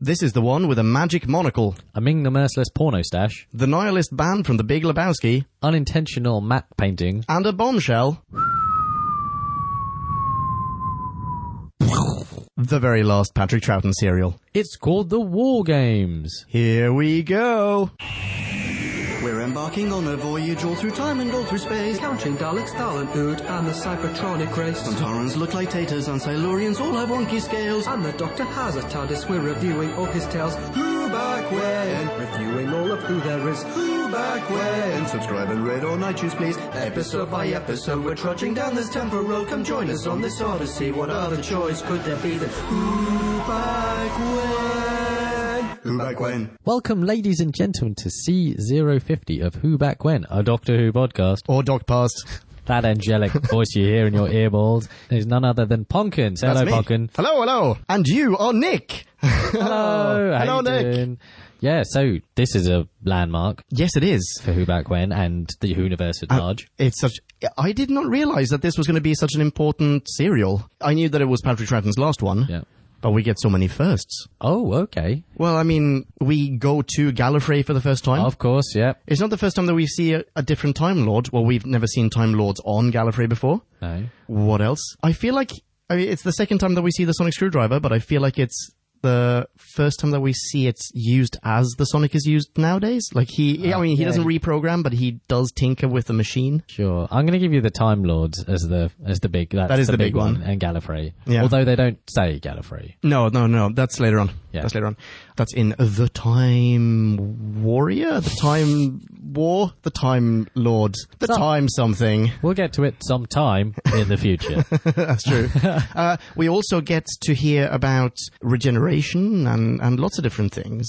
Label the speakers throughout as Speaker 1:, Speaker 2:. Speaker 1: This is the one with a magic monocle.
Speaker 2: Among the Merciless Porno Stash,
Speaker 1: The nihilist band from The Big Lebowski.
Speaker 2: Unintentional Matte Painting,
Speaker 1: And a bombshell. The very last Patrick Troughton serial.
Speaker 2: it's called The War Games.
Speaker 1: Here we go. We're embarking on a voyage all through time and all through space.
Speaker 3: Counting Daleks, Thalan Ood, and the Cybertronic race.
Speaker 1: Santarans look like taters and Silurians all have wonky scales.
Speaker 3: And the Doctor has a TARDIS, we're reviewing all his tales. Who back when? Reviewing all of who there is. Who back when?
Speaker 1: Subscribe and rate all night shoes, please.
Speaker 3: Episode by episode, we're trudging down this tempo road. Come join us on this odyssey. What other choice could there be than Who back when?
Speaker 1: Who back when?
Speaker 2: Welcome, ladies and gentlemen, to C050 of Who Back When, a Doctor Who podcast.
Speaker 1: Or Doc Past.
Speaker 2: That angelic voice you hear in your earballs is none other than Ponkin. Say
Speaker 1: That's
Speaker 2: hello,
Speaker 1: me.
Speaker 2: Ponkin.
Speaker 1: Hello, hello. And you are Nick.
Speaker 2: Hello. How
Speaker 1: Hello,
Speaker 2: you
Speaker 1: Nick.
Speaker 2: doing? Yeah, so this is a landmark
Speaker 1: Yes, it is.
Speaker 2: for Who Back When and the universe
Speaker 1: Oh.
Speaker 2: at large.
Speaker 1: It's such. I did not realize that this was going to be such an important serial. I knew that it was Patrick Troughton's last one.
Speaker 2: Yeah.
Speaker 1: But we get so many firsts.
Speaker 2: Oh, okay.
Speaker 1: Well, I mean, we go to Gallifrey for the first time.
Speaker 2: Of course, yeah.
Speaker 1: It's not the first time that we see a, a different Time Lord. Well, we've never seen Time Lords on Gallifrey before.
Speaker 2: No.
Speaker 1: What else? I feel like I mean, it's the second time that we see the Sonic Screwdriver, but I feel like it's the first time that we see it's used as the Sonic is used nowadays. Like he, I mean, he
Speaker 2: Uh, yeah.
Speaker 1: doesn't reprogram, but he does tinker with the machine.
Speaker 2: Sure. I'm going to give you the Time Lords as the as the big that's
Speaker 1: That is
Speaker 2: the,
Speaker 1: the
Speaker 2: big,
Speaker 1: big
Speaker 2: one.
Speaker 1: one.
Speaker 2: and Gallifrey.
Speaker 1: Yeah.
Speaker 2: Although they don't say Gallifrey.
Speaker 1: No, no, no. That's later on.
Speaker 2: Yeah.
Speaker 1: That's later on. That's in the Time Warrior, the Time War, the Time Lord, the
Speaker 2: Some-
Speaker 1: Time something.
Speaker 2: We'll get to it sometime in the future.
Speaker 1: That's true. uh, we also get to hear about regeneration and, and lots of different things,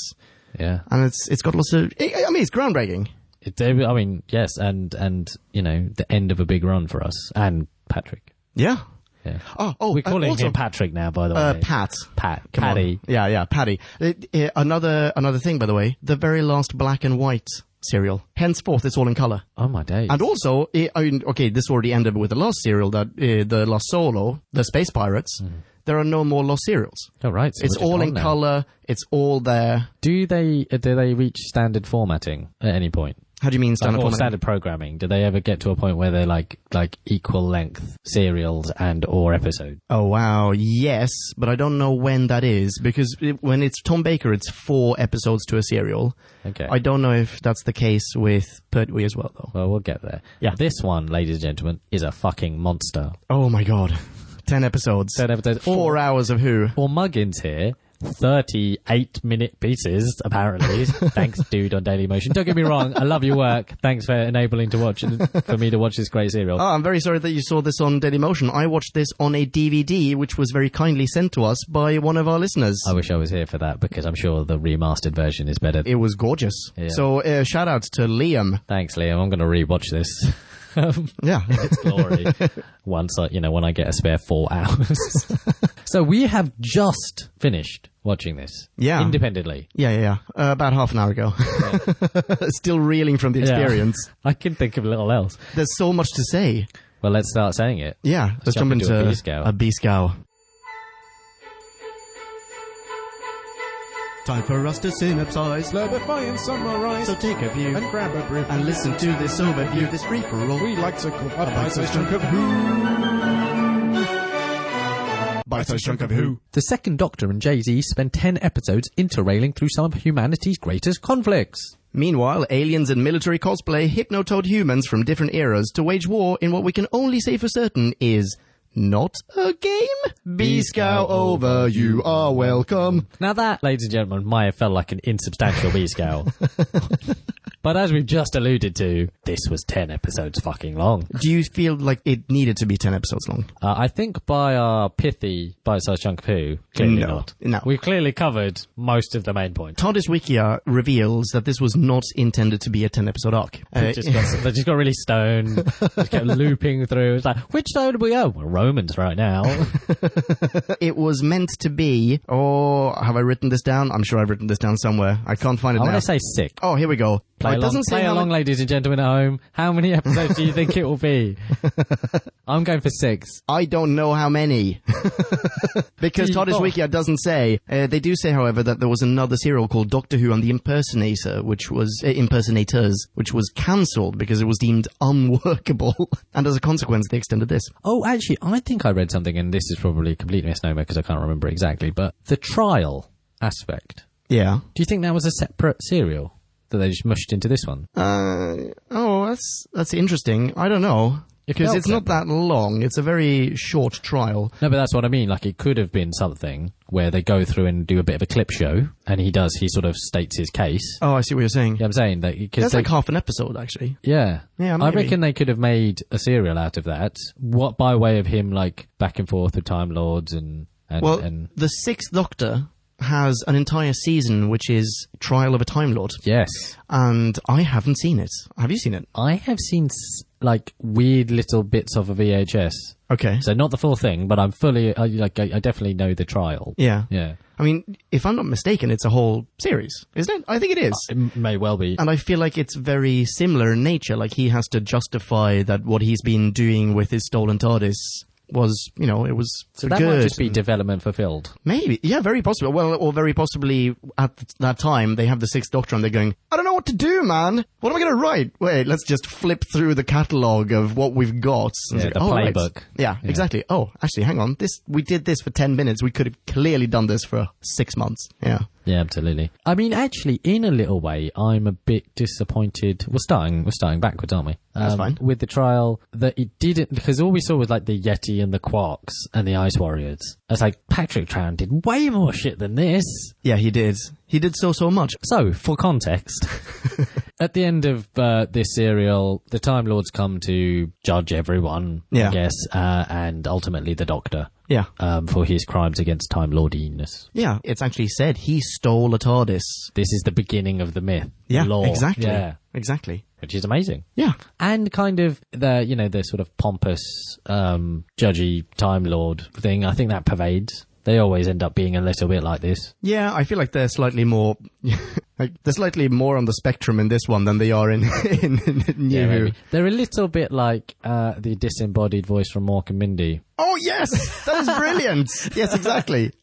Speaker 2: yeah.
Speaker 1: and it's it's got lots of. I I mean, it's groundbreaking.
Speaker 2: It, I mean, yes, and and you know, the end of a big run for us and Patrick.
Speaker 1: Yeah.
Speaker 2: Yeah.
Speaker 1: Oh, oh.
Speaker 2: We're
Speaker 1: uh,
Speaker 2: calling
Speaker 1: also-
Speaker 2: him Patrick now, by the
Speaker 1: Uh,
Speaker 2: way.
Speaker 1: Pat.
Speaker 2: Pat.
Speaker 1: Come on.
Speaker 2: Paddy.
Speaker 1: Yeah, yeah, Paddy. It- it- another another thing, by the way, the very last black and white serial. Henceforth, it's all in color.
Speaker 2: Oh my days.
Speaker 1: And also, eh, I mean, okay, this already ended with the last serial that uh, the last solo, the Space Pirates.
Speaker 2: Mm-hmm.
Speaker 1: There are no more lost serials.
Speaker 2: oh, right. so
Speaker 1: it's
Speaker 2: we're just
Speaker 1: all
Speaker 2: on
Speaker 1: in
Speaker 2: now.
Speaker 1: color. It's all there.
Speaker 2: Do they uh, do they reach standard formatting at any point?
Speaker 1: How do you mean
Speaker 2: Like,
Speaker 1: standard
Speaker 2: or
Speaker 1: format?
Speaker 2: standard programming? Do they ever get to a point where they're like like equal length serials and or episode?
Speaker 1: Oh wow, yes, but I don't know when that is because it, when it's Tom Baker, it's four episodes to a serial.
Speaker 2: Okay.
Speaker 1: I don't know if that's the case with Pertwee as well, though.
Speaker 2: well, we'll get there.
Speaker 1: Yeah.
Speaker 2: This one, ladies and gentlemen, is a fucking monster.
Speaker 1: Oh my god, ten episodes,
Speaker 2: Ten episodes.
Speaker 1: four
Speaker 2: Or,
Speaker 1: hours of who?
Speaker 2: or Muggins here. 38 minute pieces, apparently. Thanks, dude, on Daily Motion. Don't get me wrong. I love your work. Thanks for enabling to watch, for me to watch this great serial.
Speaker 1: Oh, I'm very sorry that you saw this on Dailymotion. I watched this on a DVD, which was very kindly sent to us by one of our listeners.
Speaker 2: I wish I was here for that because I'm sure the remastered version is better.
Speaker 1: It was gorgeous.
Speaker 2: Yeah.
Speaker 1: So uh, shout out to Liam.
Speaker 2: Thanks, Liam. I'm going to rewatch this. Um,
Speaker 1: Yeah.
Speaker 2: its glory once I, you know, when I get a spare four hours. so we have just finished watching this.
Speaker 1: Yeah.
Speaker 2: Independently.
Speaker 1: yeah, yeah, yeah. Uh, about half an hour ago. Still reeling from the
Speaker 2: Yeah.
Speaker 1: experience.
Speaker 2: I can think of little else.
Speaker 1: There's so much to say.
Speaker 2: Well, let's start saying it.
Speaker 1: Yeah, let's,
Speaker 2: jump
Speaker 1: jump
Speaker 2: into
Speaker 1: into,
Speaker 2: a B-scow.
Speaker 1: a B-scow. Time for us to synopsize.
Speaker 4: Slurpify and summarize.
Speaker 1: So take a view
Speaker 4: and grab a brew.
Speaker 1: and listen to this overview, this free for all.
Speaker 4: we like to call a bite-sized chunk of who. Bite-sized chunk of who.
Speaker 2: The second Doctor and Jay Z spend 10 episodes interrailing through some of humanity's greatest conflicts.
Speaker 1: Meanwhile, aliens in military cosplay hypnotoad humans from different eras to wage war in what we can only say for certain is not a game. B-scow over, you are welcome.
Speaker 2: Now that, ladies and gentlemen, might have felt like an insubstantial B scale. but as we've just alluded to, this was 10 episodes fucking long.
Speaker 1: Do you feel like it needed to be 10 episodes long?
Speaker 2: Uh, I think by our pithy bite-sized chunk of poo, clearly
Speaker 1: No,
Speaker 2: not.
Speaker 1: no.
Speaker 2: We've clearly covered most of the main points.
Speaker 1: TARDIS Wikia reveals that this was not intended to be a 10 episode arc.
Speaker 2: They
Speaker 1: Uh,
Speaker 2: just got, they just got really stoned. just kept looping through. It's like, which stone do we go? We're Romans right now.
Speaker 1: it was meant to be, or have I written this down? I'm sure I've written this down somewhere. I can't find it
Speaker 2: I
Speaker 1: now.
Speaker 2: want to say sick.
Speaker 1: oh, here we go.
Speaker 2: Play along.
Speaker 1: doesn't say
Speaker 2: play
Speaker 1: how
Speaker 2: along,
Speaker 1: it-
Speaker 2: ladies and gentlemen at home. How many episodes do you think it will be? I'm going for six.
Speaker 1: I don't know how many. because
Speaker 2: Three,
Speaker 1: Todd's
Speaker 2: four.
Speaker 1: Wikia doesn't say. Uh, they do say, however, that there was another serial called Doctor Who and the Impersonator, which was, uh, Impersonators, which was cancelled because it was deemed unworkable. and as a consequence, they extended this.
Speaker 2: Oh, actually, I think I read something, and this is probably a complete misnomer because I can't remember exactly. But the trial aspect.
Speaker 1: Yeah.
Speaker 2: Do you think that was a separate serial that they just mushed into this one?
Speaker 1: Uh, oh, that's, that's interesting. I don't know.
Speaker 2: It
Speaker 1: Because
Speaker 2: felt
Speaker 1: it's not that long. It's a very short trial.
Speaker 2: No, but that's what I mean. Like, it could have been something where they go through and do a bit of a clip show, and he does. He sort of states his case.
Speaker 1: Oh, I see what you're saying.
Speaker 2: You know what I'm saying that because
Speaker 1: That's like half an episode, actually.
Speaker 2: Yeah.
Speaker 1: Yeah,
Speaker 2: I
Speaker 1: maybe.
Speaker 2: reckon they could have made a serial out of that. What by way of him like back and forth with Time Lords and and,
Speaker 1: Well,
Speaker 2: and
Speaker 1: the Sixth Doctor has an entire season which is Trial of a Time Lord,
Speaker 2: yes,
Speaker 1: and I haven't seen it. Have you seen it?
Speaker 2: I have seen s- like weird little bits of a VHS.
Speaker 1: Okay.
Speaker 2: So not the full thing, but I'm fully I, like I, I definitely know the trial.
Speaker 1: yeah.
Speaker 2: Yeah.
Speaker 1: I mean, if I'm not mistaken, it's a whole series, isn't it? I think it is.
Speaker 2: It m- may well be.
Speaker 1: and I feel like it's very similar in nature. Like he has to justify that what he's been doing with his stolen TARDIS was, you know, it was
Speaker 2: So
Speaker 1: for
Speaker 2: that
Speaker 1: good.
Speaker 2: might just be development fulfilled.
Speaker 1: Maybe, yeah, very possible. Well, or very possibly at th- that time they have the Sixth Doctor and they're going, I don't know what to do, man. What am I going to write? Wait, let's just flip through the catalogue of what we've got. And
Speaker 2: Yeah,
Speaker 1: it's
Speaker 2: the
Speaker 1: like, "Oh, right."
Speaker 2: playbook.
Speaker 1: Yeah,
Speaker 2: Yeah.
Speaker 1: exactly. Oh, actually, hang on. This we did this for ten minutes. We could have clearly done this for six months. Yeah.
Speaker 2: Yeah, absolutely. I mean, actually, in a little way, I'm a bit disappointed. We're starting, we're starting backwards, aren't we? Um,
Speaker 1: That's fine.
Speaker 2: With the trial, that it didn't because all we saw was like the Yeti and the Quarks and the Ice Warriors. It's like Patrick Tran did way more shit than this.
Speaker 1: Yeah, he did. He did so so much.
Speaker 2: So, for context, at the end of uh, this serial, the Time Lords come to judge everyone,
Speaker 1: Yeah.
Speaker 2: I guess, uh, and ultimately the Doctor
Speaker 1: Yeah.
Speaker 2: um, for his crimes against Time Lordiness.
Speaker 1: Yeah. It's actually said he stole a TARDIS.
Speaker 2: This is the beginning of the myth.
Speaker 1: Yeah.
Speaker 2: lore.
Speaker 1: Exactly.
Speaker 2: Yeah.
Speaker 1: Exactly.
Speaker 2: Which is amazing.
Speaker 1: Yeah.
Speaker 2: and kind of the you know the sort of pompous um judgy time lord thing i think that pervades they always end up being a little bit like this
Speaker 1: Yeah, I feel like they're slightly more, like they're slightly more on the spectrum in this one than they are in in, New Who.
Speaker 2: maybe. they're a little bit like uh the disembodied voice from Mork and Mindy
Speaker 1: Oh yes, that is brilliant. yes, exactly.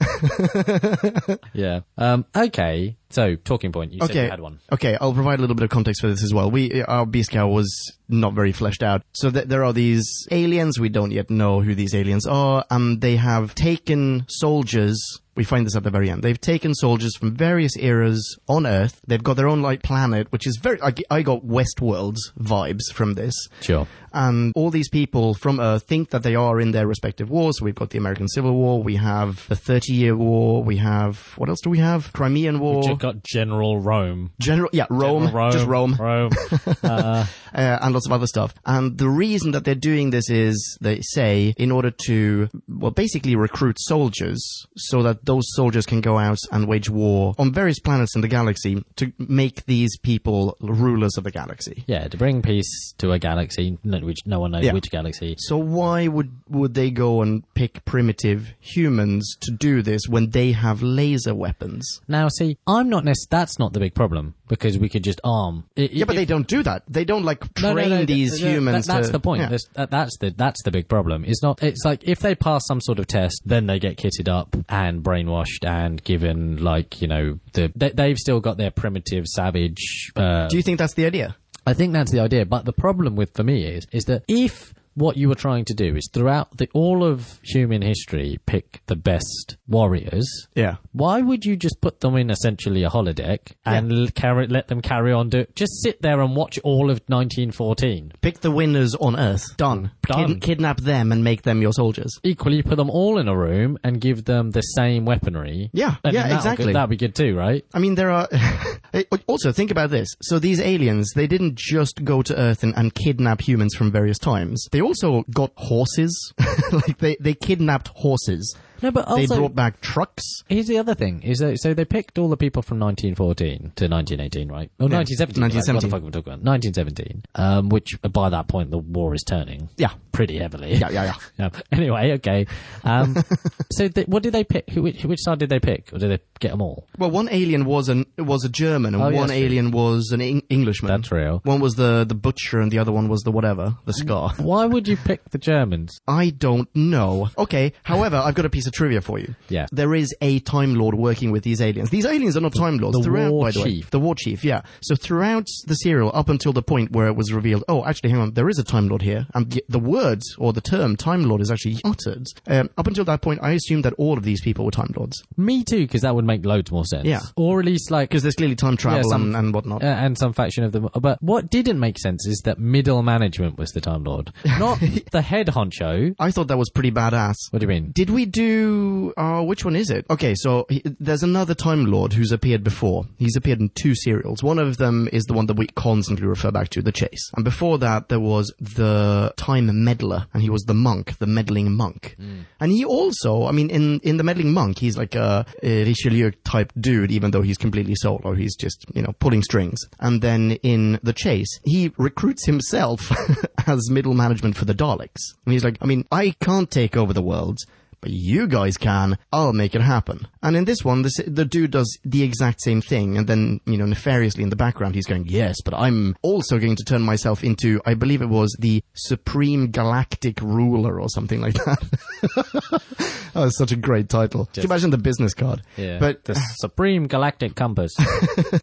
Speaker 2: yeah um okay so talking point you said
Speaker 1: Okay,
Speaker 2: you had one
Speaker 1: okay. I'll provide a little bit of context for this as well. We uh, our Beast Cow was not very fleshed out, so th- there are these aliens. We don't yet know who these aliens are, and they have taken soldiers. We find this at the very end. They've taken soldiers from various eras on Earth. They've got their own like planet, which is very. I, I got Westworld vibes from this.
Speaker 2: sure
Speaker 1: And all these people from Earth think that they are in their respective wars. So we've got the American Civil War, we have the Thirty Year War, we have what else do we have? Crimean War.
Speaker 2: got general rome
Speaker 1: General, yeah, Rome, just Rome, uh, and lots of other stuff. And the reason that they're doing this is they say in order to, well, basically recruit soldiers so that those soldiers can go out and wage war on various planets in the galaxy to make these people rulers of the galaxy.
Speaker 2: yeah to bring peace to a galaxy no- which no one knows
Speaker 1: Yeah.
Speaker 2: which galaxy
Speaker 1: So why would would they go and pick primitive humans to do this when they have laser weapons?
Speaker 2: now see i'm not nec- that's not the big problem because we could just arm
Speaker 1: Yeah, but they don't do that. They don't like
Speaker 2: No,
Speaker 1: train
Speaker 2: no, no, th-
Speaker 1: these
Speaker 2: th-
Speaker 1: humans.
Speaker 2: that- that's
Speaker 1: to-
Speaker 2: the point.
Speaker 1: Yeah.
Speaker 2: That's, that, that's the that's the big problem. It's not. It's like if they pass some sort of test, then they get kitted up and brainwashed and given like you know the they, they've still got their primitive savage. Uh,
Speaker 1: Do you think that's the idea?
Speaker 2: I think that's the idea. But the problem with for me is is that if what you were trying to do is throughout the all of human history pick the best warriors.
Speaker 1: Yeah.
Speaker 2: Why would you just put them in essentially a holodeck and l- carry, let them carry on? Do just sit there and watch all of 1914.
Speaker 1: Pick the winners on Earth. Done.
Speaker 2: Done.
Speaker 1: Kid- kidnap them and make them your soldiers.
Speaker 2: equally put them all in a room and give them the same weaponry.
Speaker 1: Yeah,
Speaker 2: And
Speaker 1: yeah,
Speaker 2: that'll
Speaker 1: exactly.
Speaker 2: Good, that'd be good too, right?
Speaker 1: I mean, there are. also, think about this. So these aliens, they didn't just go to Earth and, and kidnap humans from various times. They also got horses. like they they kidnapped horses.
Speaker 2: No, but
Speaker 1: They
Speaker 2: also-
Speaker 1: brought back trucks.
Speaker 2: Here's the other thing: is that, so they picked all the people from 1914 to 1918, right? Or 1917.
Speaker 1: 1917.
Speaker 2: Like, what the fuck am I talking about? 1917. Um, which by that point the war is turning.
Speaker 1: Yeah.
Speaker 2: pretty heavily.
Speaker 1: Yeah, yeah, yeah.
Speaker 2: Anyway, okay. Um, so th- what did they pick? Who, which, which side did they pick, or did they get them all?
Speaker 1: Well, one alien was an was a German, and
Speaker 2: Oh,
Speaker 1: one
Speaker 2: yes, true.
Speaker 1: alien was an Eng- Englishman.
Speaker 2: That's real.
Speaker 1: One was the the butcher, and the other one was the whatever, the scar.
Speaker 2: Why would you pick the Germans?
Speaker 1: I don't know. Okay. However, I've got a piece of trivia for you.
Speaker 2: Yeah.
Speaker 1: There is a Time Lord working with these aliens. These aliens are not Time Lords.
Speaker 2: the
Speaker 1: throughout,
Speaker 2: War
Speaker 1: by the way.
Speaker 2: Chief.
Speaker 1: The War Chief, yeah. So throughout the serial, up until the point where it was revealed, oh, actually, hang on, there is a Time Lord here, and the, the word or the term Time Lord is actually uttered. Um, up until that point, I assumed that all of these people were Time Lords.
Speaker 2: Me too, because that would make loads more sense.
Speaker 1: Yeah.
Speaker 2: Or at least like
Speaker 1: Because there's clearly time travel
Speaker 2: some-
Speaker 1: and, and whatnot.
Speaker 2: uh, and some faction of them. But what didn't make sense is that middle management was the Time Lord, not the head honcho.
Speaker 1: I thought that was pretty badass.
Speaker 2: What do you mean?
Speaker 1: Did we do? Uh, which one is it? Okay, so he, there's another Time Lord who's appeared before. He's appeared in two serials. One of them is the one that we constantly refer back to, The Chase. And before that, there was the Time Meddler, and he was the monk, the meddling monk. And he also, I mean, in in the meddling monk, he's like a, a Richelieu type dude, even though he's completely solo. He's just you know pulling strings. And then in The Chase, he recruits himself as middle management for the Daleks. And he's like, I mean, I can't take over the world but you guys can. I'll make it happen. And in this one, the, s- the dude does the exact same thing, and then, you know, nefariously in the background, he's going, yes, but I'm also going to turn myself into, I believe it was the Supreme Galactic Ruler or something like that. that was such a great title. Can you imagine the business card?
Speaker 2: Yeah.
Speaker 1: But
Speaker 2: the Supreme Galactic Compass.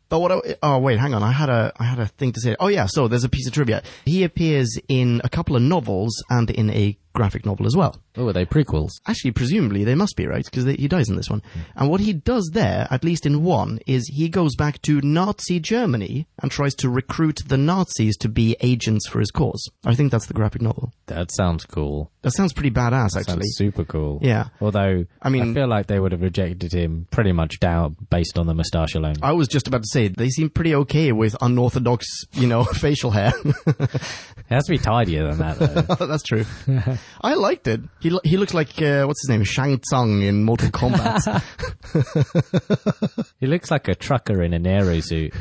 Speaker 1: but what? I, oh wait, hang on. I had a I had a thing to say. Oh yeah. So there's a piece of trivia. He appears in a couple of novels and in a graphic novel as well.
Speaker 2: oh, are they prequels?
Speaker 1: actually presumably they must be right because he dies in this one
Speaker 2: Hmm.
Speaker 1: and what he does there at least in one is he goes back to nazi germany and tries to recruit the nazis to be agents for his cause i think that's the graphic novel
Speaker 2: That sounds cool.
Speaker 1: that sounds pretty badass
Speaker 2: Sounds
Speaker 1: actually
Speaker 2: super cool.
Speaker 1: Yeah.
Speaker 2: Although
Speaker 1: I
Speaker 2: I
Speaker 1: mean-
Speaker 2: mean, I feel like they would have rejected him pretty much down based on the moustache alone.
Speaker 1: I was just about to say they seem pretty okay with unorthodox, you know, facial hair.
Speaker 2: it has to be tidier than that. Though.
Speaker 1: That's true. I liked it. He lo- he looks like uh, what's his name, Shang Tsung in Mortal Kombat.
Speaker 2: he looks like a trucker in an aero suit.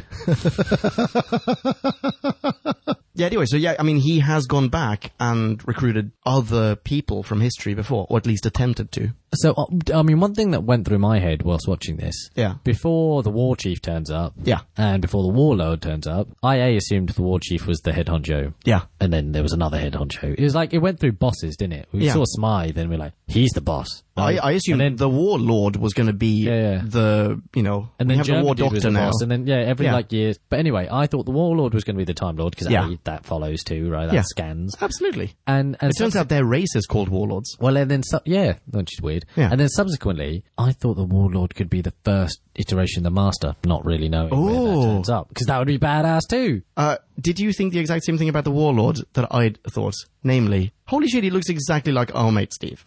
Speaker 1: Yeah, anyway, so yeah, I mean, he has gone back and recruited other people from history before, or at least attempted to.
Speaker 2: So uh, I mean, one thing that went through my head whilst watching this,
Speaker 1: Yeah.
Speaker 2: before the war chief turns up,
Speaker 1: Yeah.
Speaker 2: and before the warlord turns up, IA assumed the war chief was the head honcho.
Speaker 1: Yeah.
Speaker 2: And then there was another head honcho. It was like it went through bosses, didn't it? We
Speaker 1: Yeah.
Speaker 2: saw Smythe, and we're like, he's the boss.
Speaker 1: I, I assume
Speaker 2: Um, And then-
Speaker 1: the warlord was going to be
Speaker 2: Yeah, yeah.
Speaker 1: the, you know,
Speaker 2: And
Speaker 1: we
Speaker 2: then
Speaker 1: have the
Speaker 2: Germany
Speaker 1: war
Speaker 2: was
Speaker 1: doctor
Speaker 2: the
Speaker 1: now.
Speaker 2: boss, and then yeah, every
Speaker 1: Yeah.
Speaker 2: like year. But anyway, I thought the warlord was going to be the time lord because
Speaker 1: Yeah.
Speaker 2: that follows too, right? That
Speaker 1: Yeah.
Speaker 2: scans.
Speaker 1: Absolutely.
Speaker 2: And and
Speaker 1: It turns out their race is called warlords.
Speaker 2: well, and then sub- yeah, which is weird.
Speaker 1: Yeah.
Speaker 2: And then subsequently, I thought the warlord could be the first iteration of the master, not really knowing where
Speaker 1: Ooh.
Speaker 2: that turns up because that would be badass too.
Speaker 1: Uh, did you think the exact same thing about the warlord that I thought? Namely, holy shit, he looks exactly like our mate Steve.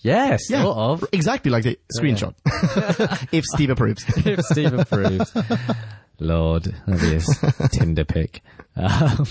Speaker 2: Yes, sort of.
Speaker 1: Exactly like the screenshot. if Steve approves.
Speaker 2: if Steve approves. Lord, that'd be his Tinder pick. Um,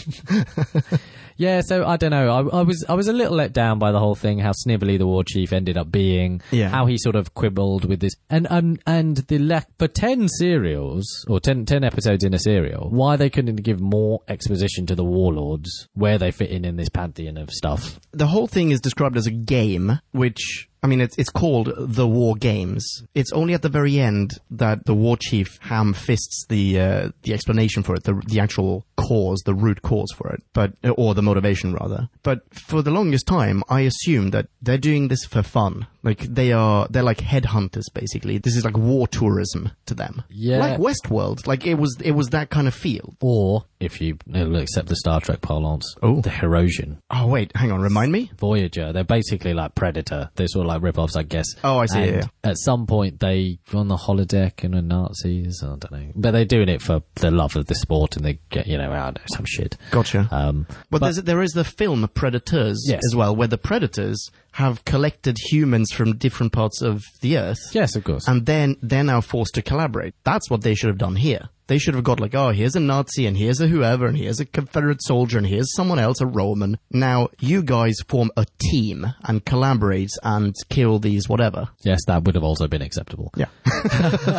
Speaker 2: yeah, so I don't know. I, I was I was a little let down by the whole thing. How snivelly the war chief ended up being.
Speaker 1: Yeah.
Speaker 2: How he sort of quibbled with this, and um, and the lack for ten serials or 10, 10 episodes in a serial. Why they couldn't give more exposition to the warlords where they fit in in this pantheon of stuff?
Speaker 1: the whole thing is described as a game, which I mean, it's it's called the War Games. It's only at the very end that the war chief ham fists the uh, the explanation for it, the the actual cause, the root cause for it, but uh, or the motivation rather. But for the longest time, I assumed that they're doing this for fun. Like they are, they're like headhunters basically. This is like war tourism to them.
Speaker 2: Yeah.
Speaker 1: like Westworld. Like it was it was that kind of feel.
Speaker 2: Or if you it'll accept the Star Trek parlance,
Speaker 1: Oh.
Speaker 2: the Herosian.
Speaker 1: Oh wait, hang on, remind me.
Speaker 2: Voyager. They're basically like Predator. They're sort of like rip-offs, I guess.
Speaker 1: Oh, I see,
Speaker 2: And
Speaker 1: yeah,
Speaker 2: At some point, they go on the holodeck and the Nazis. I don't know, but they're doing it for the love of the sport, and they get you know, I don't know, some shit.
Speaker 1: Gotcha.
Speaker 2: Um,
Speaker 1: But, there's, there is the film Predators
Speaker 2: Yes.
Speaker 1: as well, where the predators have collected humans from different parts of the Earth.
Speaker 2: Yes, of course.
Speaker 1: And then they're now forced to collaborate. That's what they should have done here. They should have got like, oh, here's a Nazi and here's a whoever and here's a Confederate soldier and here's someone else, a Roman. Now you guys form a team and collaborate and kill these whatever.
Speaker 2: yes, that would have also been acceptable.
Speaker 1: Yeah.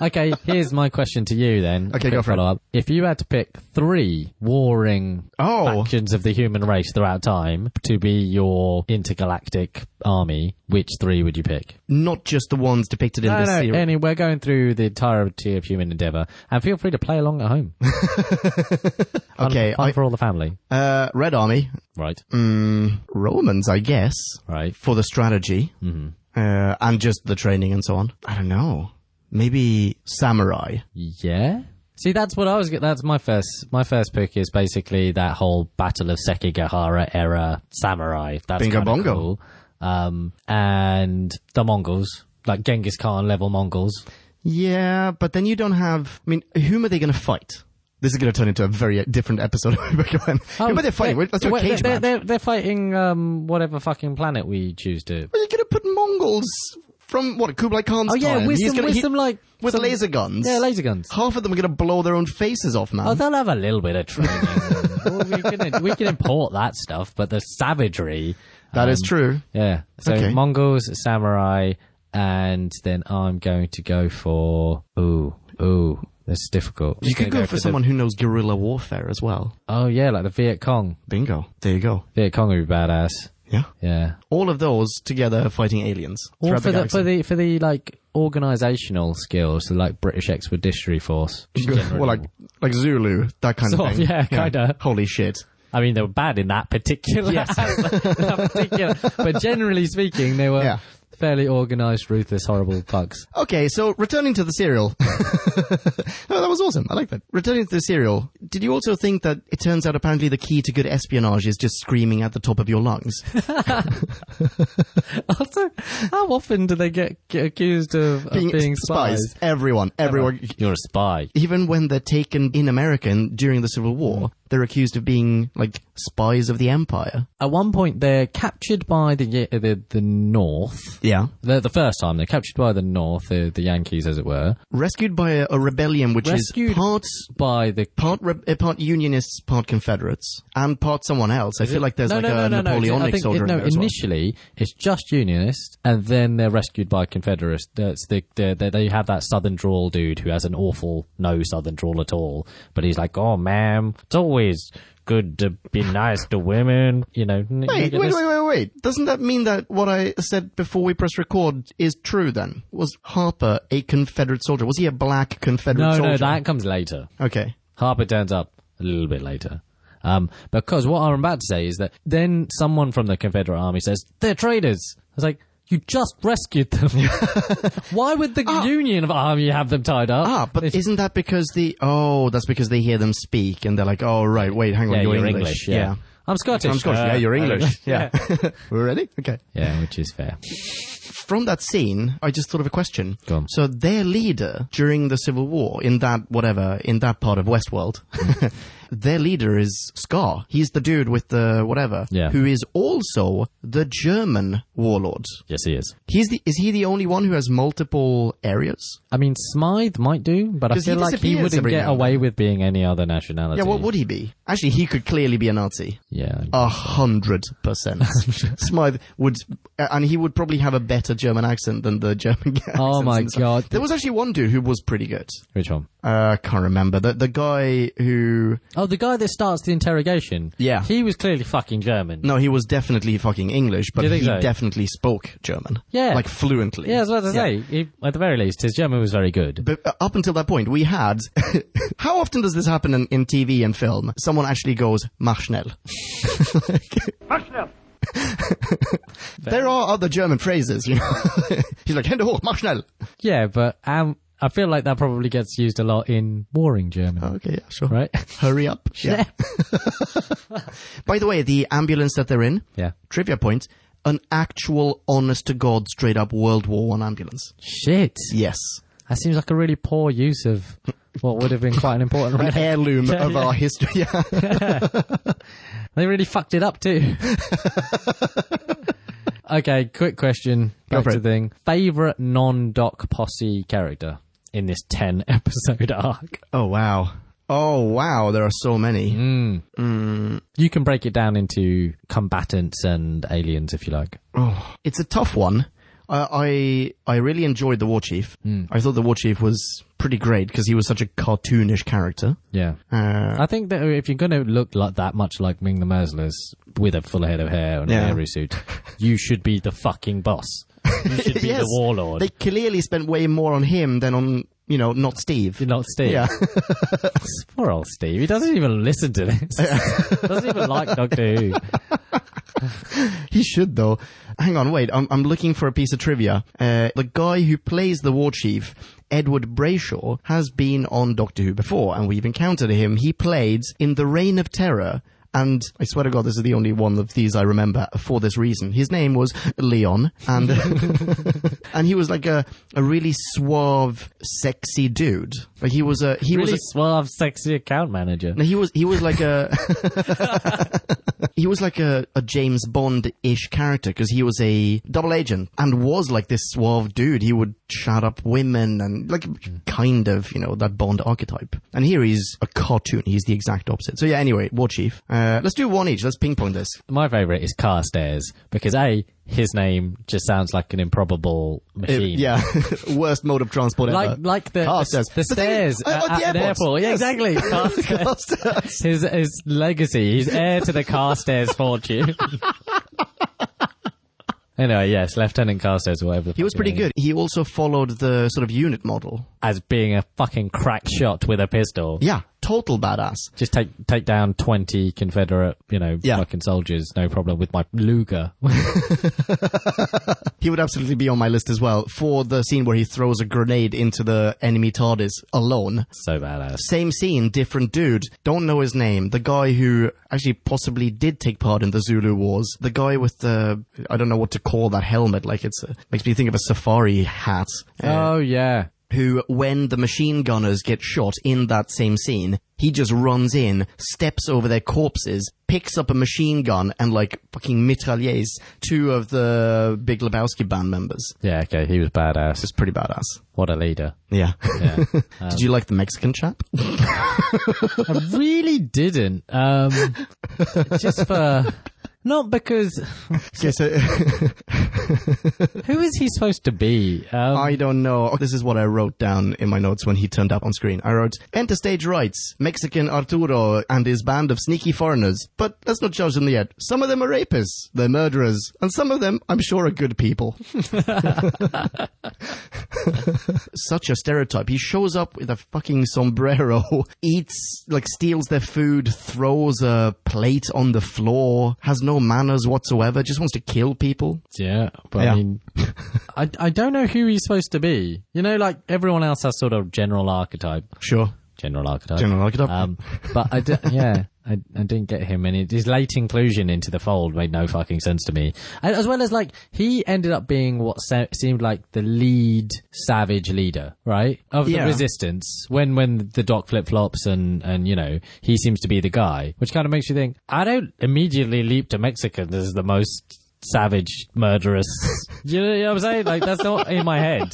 Speaker 2: okay, here's my question to you then.
Speaker 1: Okay, go for it.
Speaker 2: up. If you had to pick three warring
Speaker 1: Oh.
Speaker 2: factions of the human race throughout time to be your intergalactic army, which three would you pick?
Speaker 1: Not just the ones depicted in
Speaker 2: No,
Speaker 1: this
Speaker 2: no,
Speaker 1: series.
Speaker 2: Ernie, we're going through the entirety of human endeavor, and feel free to play along at home. Fun-
Speaker 1: Okay,
Speaker 2: fun
Speaker 1: I- Mm.
Speaker 2: for all the family,
Speaker 1: uh, Red Army,
Speaker 2: right?
Speaker 1: Romans, I guess,
Speaker 2: Right.
Speaker 1: for the strategy mm-hmm. uh, and just the training and so on. I don't know. Maybe samurai.
Speaker 2: Yeah. See, that's what I was. That's my first. My first pick is basically that whole Battle of Sekigahara era samurai. That's
Speaker 1: Bingo
Speaker 2: kinda
Speaker 1: bongo.
Speaker 2: Cool. Um, and the Mongols, like Genghis Khan level Mongols.
Speaker 1: Yeah, but then you don't have. I mean, whom are they going to fight? This is going to turn into a very uh, different episode. of Rebecca Lamb. whom are they fighting? Let's do a
Speaker 2: Well,
Speaker 1: cage
Speaker 2: Oh, they're,
Speaker 1: match.
Speaker 2: They're, they're fighting um, whatever fucking planet we choose to.
Speaker 1: Are you going to put Mongols from what Kublai Khan's
Speaker 2: Oh yeah,
Speaker 1: time?
Speaker 2: with
Speaker 1: He's
Speaker 2: some,
Speaker 1: gonna-
Speaker 2: with
Speaker 1: he-
Speaker 2: some like
Speaker 1: with
Speaker 2: some-
Speaker 1: laser guns.
Speaker 2: Yeah, laser guns.
Speaker 1: Half of them are going to blow their own faces off, man.
Speaker 2: Oh, they'll have a little bit of training. Well, we, can, we can import that stuff, but the savagery.
Speaker 1: That
Speaker 2: That
Speaker 1: is
Speaker 2: is
Speaker 1: true.
Speaker 2: Yeah. So
Speaker 1: Okay.
Speaker 2: Mongols, samurai, and then I'm going to go for ooh ooh. That's difficult.
Speaker 1: You could go, for, someone who knows guerrilla warfare as well.
Speaker 2: oh yeah, like the Viet Cong.
Speaker 1: Bingo. There you go.
Speaker 2: Viet Cong would be badass.
Speaker 1: Yeah.
Speaker 2: Yeah.
Speaker 1: All of those together fighting aliens.
Speaker 2: Or
Speaker 1: throughout
Speaker 2: for
Speaker 1: the
Speaker 2: the,
Speaker 1: galaxy.
Speaker 2: for the for the like organizational skills, the like British Expeditionary Force. which is generally-
Speaker 1: well, like like Zulu, that kind
Speaker 2: Sort
Speaker 1: of
Speaker 2: of,
Speaker 1: thing.
Speaker 2: yeah, kinda.
Speaker 1: Holy shit!
Speaker 2: I mean, they were bad in that particular. that particular but generally speaking, they were
Speaker 1: Yeah.
Speaker 2: fairly organized, ruthless, horrible fucks.
Speaker 1: Okay, so returning to the serial. no, that was awesome. I like that. Returning to the serial. Did you also think that it turns out apparently the key to good espionage is just screaming at the top of your lungs?
Speaker 2: Also, how often do they get c- accused of of being, spies?
Speaker 1: Everyone, everyone.
Speaker 2: You're a spy.
Speaker 1: Even when they're taken in America in- during the Civil War, they're accused of being like spies of the Empire.
Speaker 2: At one point, they're captured by the uh, the, the North.
Speaker 1: Yeah.
Speaker 2: The, the first time they're captured by the North, the, the Yankees, as it were,
Speaker 1: Rescued by a, a rebellion which is
Speaker 2: Rescued-
Speaker 1: part
Speaker 2: by the.
Speaker 1: part re- uh, part Unionists, part Confederates, and part someone else. I feel like there's
Speaker 2: no,
Speaker 1: like
Speaker 2: no,
Speaker 1: a
Speaker 2: no, no, no. I
Speaker 1: Napoleonic
Speaker 2: think
Speaker 1: soldier
Speaker 2: it, no.
Speaker 1: in there as well.
Speaker 2: initially, it's just Unionists, and then they're rescued by Confederates. That's the, the, the, they have that Southern drawl dude who has an awful no Southern drawl at all, but he's like, "Oh, ma'am, it's always good to be nice to women." You know. n-
Speaker 1: Wait,
Speaker 2: nigger
Speaker 1: wait,
Speaker 2: this-
Speaker 1: wait, wait, wait. Doesn't that mean that what I said before we pressed record is true then? Was Harper a Confederate soldier? Was he a black Confederate
Speaker 2: No,
Speaker 1: soldier?
Speaker 2: no, that comes later.
Speaker 1: Okay.
Speaker 2: Harper turns up a little bit later. Um, because what I'm about to say is that then someone from the Confederate Army says, they're traitors. I was like, you just rescued them. Why would the Union of Army have them tied up?
Speaker 1: Ah, but
Speaker 2: It's-
Speaker 1: isn't that because the. Oh, that's because they hear them speak and they're like, oh, right, wait, hang on,
Speaker 2: yeah,
Speaker 1: you're,
Speaker 2: you're
Speaker 1: English.
Speaker 2: English. yeah. I'm Scottish.
Speaker 1: I'm Scottish.
Speaker 2: Uh,
Speaker 1: yeah, you're
Speaker 2: I
Speaker 1: English.
Speaker 2: don't know.
Speaker 1: Yeah. We're ready? Okay.
Speaker 2: yeah, which is fair.
Speaker 1: From that scene, I just thought of a question.
Speaker 2: Go on.
Speaker 1: So their leader during the Civil War in that whatever in that part of Westworld, their leader is Scar. He's the dude with the whatever,
Speaker 2: Yeah.
Speaker 1: who is also the German warlord.
Speaker 2: Yes, he is.
Speaker 1: He's the is he the only one who has multiple areas?
Speaker 2: I mean, Smythe might do, but I
Speaker 1: 'Cause he
Speaker 2: feel like he
Speaker 1: disappears
Speaker 2: wouldn't
Speaker 1: every
Speaker 2: get
Speaker 1: now and
Speaker 2: away with being any other nationality.
Speaker 1: Yeah, what would he be? Actually, he could clearly be a Nazi.
Speaker 2: Yeah.
Speaker 1: A hundred percent. Smythe would, uh, and he would probably have a better German accent than the German guy.
Speaker 2: Oh my God.
Speaker 1: There was actually one dude who was pretty good.
Speaker 2: Which one?
Speaker 1: Uh, I can't remember. The the guy who
Speaker 2: Oh, the guy that starts the interrogation.
Speaker 1: Yeah.
Speaker 2: He was clearly fucking German.
Speaker 1: no, he was definitely fucking English, but
Speaker 2: You
Speaker 1: he
Speaker 2: think so?
Speaker 1: definitely spoke German.
Speaker 2: Yeah.
Speaker 1: like fluently.
Speaker 2: Yeah, I was about to say, he, at the very least, his German was very good.
Speaker 1: But uh, up until that point, we had. how often does this happen in, in TV and film? Someone actually goes "mach schnell." There are other German phrases, you know. He's like "Hände hoch, mach schnell."
Speaker 2: Yeah, but um, I feel like that probably gets used a lot in warring German,
Speaker 1: Okay, Oh, yeah, sure.
Speaker 2: right?
Speaker 1: Hurry up. Yeah. By the way, the ambulance that they're in.
Speaker 2: Yeah.
Speaker 1: Trivia point. An actual, honest to God, straight up World War One ambulance.
Speaker 2: Shit.
Speaker 1: Yes.
Speaker 2: That seems like a really poor use of what would have been quite an important
Speaker 1: An
Speaker 2: relic.
Speaker 1: heirloom
Speaker 2: Yeah,
Speaker 1: of
Speaker 2: yeah.
Speaker 1: our history. Yeah.
Speaker 2: They really fucked it up, too. Okay, quick question.
Speaker 1: Go
Speaker 2: Back
Speaker 1: for
Speaker 2: to
Speaker 1: it.
Speaker 2: thing. Favorite non-doc posse character in this ten episode arc.
Speaker 1: Oh wow. Oh wow, there are so many.
Speaker 2: You can break it down into combatants and aliens if you like.
Speaker 1: Oh, it's a tough one. I I, I really enjoyed the War Chief. I thought the War Chief was pretty great because he was such a cartoonish character.
Speaker 2: Yeah.
Speaker 1: Uh,
Speaker 2: I think that if you're going to look like that much like Ming the Merciless with a full head of hair and
Speaker 1: Yeah.
Speaker 2: a hairy suit, you should be the fucking boss. You should be
Speaker 1: yes,
Speaker 2: the warlord.
Speaker 1: They clearly spent way more on him than on you know not Steve.
Speaker 2: You're not Steve.
Speaker 1: Yeah.
Speaker 2: Poor old Steve. He doesn't even listen to this. doesn't even like Doctor Who.
Speaker 1: He should though. Hang on, wait. I'm, I'm looking for a piece of trivia. Uh, the guy who plays the war chief, Edward Brayshaw, has been on Doctor Who before, and we've encountered him. He played in The Reign of Terror. And I swear to God, this is the only one of these I remember for this reason. His name was Leon, and and he was like a, a really suave, sexy dude. Like he was a he
Speaker 2: really
Speaker 1: was a,
Speaker 2: suave, sexy account manager.
Speaker 1: no, he was he was like a he was like a, a James Bond ish character because he was a double agent and was like this suave dude. He would shut up women and like kind of you know that Bond archetype. And here he's a cartoon. He's the exact opposite. So yeah. Anyway, War Chief. Uh, let's do one each. Let's ping pong this.
Speaker 2: My favourite is Carstairs because A, his name just sounds like an improbable
Speaker 1: Uh,
Speaker 2: machine.
Speaker 1: yeah, worst mode of transport
Speaker 2: Like,
Speaker 1: ever.
Speaker 2: like the,
Speaker 1: Car
Speaker 2: the,
Speaker 1: stairs.
Speaker 2: the
Speaker 1: The thing-
Speaker 2: stairs
Speaker 1: uh,
Speaker 2: at,
Speaker 1: at the
Speaker 2: at an
Speaker 1: airport.
Speaker 2: airport. Yeah,
Speaker 1: Yes.
Speaker 2: exactly. Carstairs. his, his legacy. He's heir to the Carstairs fortune. anyway, yes, Lieutenant Carstairs or whatever. the
Speaker 1: he was
Speaker 2: fuck
Speaker 1: pretty
Speaker 2: his name
Speaker 1: good. He also followed the sort of unit model.
Speaker 2: is, As being a fucking crack shot with a pistol.
Speaker 1: Yeah, total badass.
Speaker 2: Just take take down twenty Confederate, you know,
Speaker 1: Yeah.
Speaker 2: fucking soldiers, no problem with my Luger.
Speaker 1: He would absolutely be on my list as well for the scene where he throws a grenade into the enemy TARDIS alone.
Speaker 2: so badass.
Speaker 1: Same scene, different dude. Don't know his name. The guy who actually possibly did take part in the Zulu Wars. The guy with the I don't know what to call that helmet. Like it's uh, makes me think of a safari hat. Uh,
Speaker 2: Oh yeah.
Speaker 1: Who, when the machine gunners get shot in that same scene, he just runs in, steps over their corpses, picks up a machine gun, and like fucking mitraillés two of the Big Lebowski band members.
Speaker 2: Yeah, okay, he was badass.
Speaker 1: It's pretty badass.
Speaker 2: What a leader.
Speaker 1: Yeah.
Speaker 2: Yeah.
Speaker 1: Did you like the Mexican chap?
Speaker 2: I really didn't. Um, just for. Not because.
Speaker 1: Yes, I-
Speaker 2: Who is he supposed to be? Um,
Speaker 1: I don't know. Oh, This is what I wrote down in my notes when he turned up on screen. I wrote, Enter stage rights, Mexican Arturo and his band of sneaky foreigners. But let's not judge them yet. Some of them are rapists, they're murderers, and some of them, I'm sure, are good people. Such a stereotype. He shows up with a fucking sombrero, eats, like, steals their food, throws a plate on the floor, has no manners whatsoever, just wants to kill people.
Speaker 2: yeah, but
Speaker 1: Yeah.
Speaker 2: I mean. I, I don't know who he's supposed to be. You know, like everyone else has sort of general archetype.
Speaker 1: Sure.
Speaker 2: General archetype.
Speaker 1: General archetype.
Speaker 2: Um, but I di- yeah, I, I didn't get him, and it, his late inclusion into the fold made no fucking sense to me. And as well as like he ended up being what se- seemed like the lead savage leader, right, of
Speaker 1: Yeah.
Speaker 2: the resistance. When when the doc flip flops and and you know he seems to be the guy, which kind of makes you think. I don't immediately leap to Mexican as the most savage murderous. you know what I'm saying? Like that's not in my head.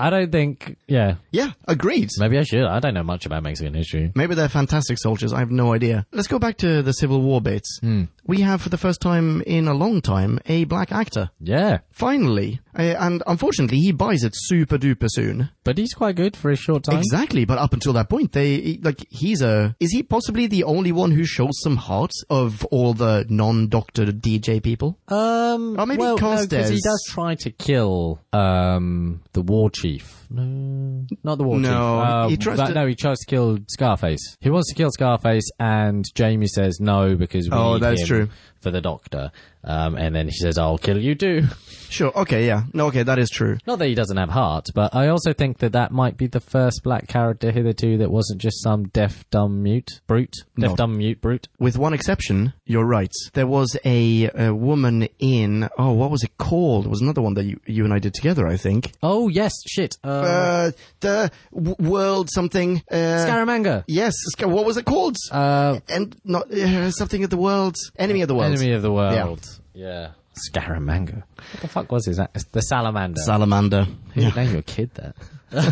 Speaker 2: I don't think. Yeah,
Speaker 1: Yeah, agreed.
Speaker 2: maybe I should. I don't know much about Mexican history.
Speaker 1: Maybe they're fantastic soldiers. I have no idea. Let's go back to the Civil War bits. We have, for the first time in a long time, a black actor.
Speaker 2: Yeah.
Speaker 1: Finally. Uh, and unfortunately, he buys it super duper soon.
Speaker 2: But he's quite good for a short time.
Speaker 1: Exactly. But up until that point, they, like, he's a. Is he possibly the only one who shows some heart of all the non doctor DJ people?
Speaker 2: Um,
Speaker 1: Or Oh, maybe
Speaker 2: well, no, 'cause
Speaker 1: Carstairs.
Speaker 2: he does try to kill um the war chief. No, not the war
Speaker 1: No,
Speaker 2: chief. Uh,
Speaker 1: he tries
Speaker 2: but
Speaker 1: to-
Speaker 2: No, he tries to kill Scarface. He wants to kill Scarface, and Jamie says no because we
Speaker 1: Oh,
Speaker 2: need
Speaker 1: that's
Speaker 2: him
Speaker 1: true.
Speaker 2: for the doctor. Um, and then he says, "I'll kill you too."
Speaker 1: Sure. Okay, yeah. No, okay, that is true.
Speaker 2: Not that he doesn't have heart, but I also think that that might be the first black character hitherto that wasn't just some deaf, dumb, mute brute, deaf,
Speaker 1: No.
Speaker 2: dumb, mute brute.
Speaker 1: With one exception, you're right. There was a, a woman in. Oh, what was it called? It was another one that you, you and I did together, I think.
Speaker 2: Oh yes, shit. Uh,
Speaker 1: uh, the w- world something. Uh,
Speaker 2: Scaramanga.
Speaker 1: Yes, Scar- what was it called?
Speaker 2: Uh,
Speaker 1: and not uh, something of the world, enemy of the world.
Speaker 2: Enemy of the
Speaker 1: Yeah.
Speaker 2: world. Yeah. Scaramanga. What the fuck was his? a- The salamander.
Speaker 1: Salamander.
Speaker 2: You know you're a kid there.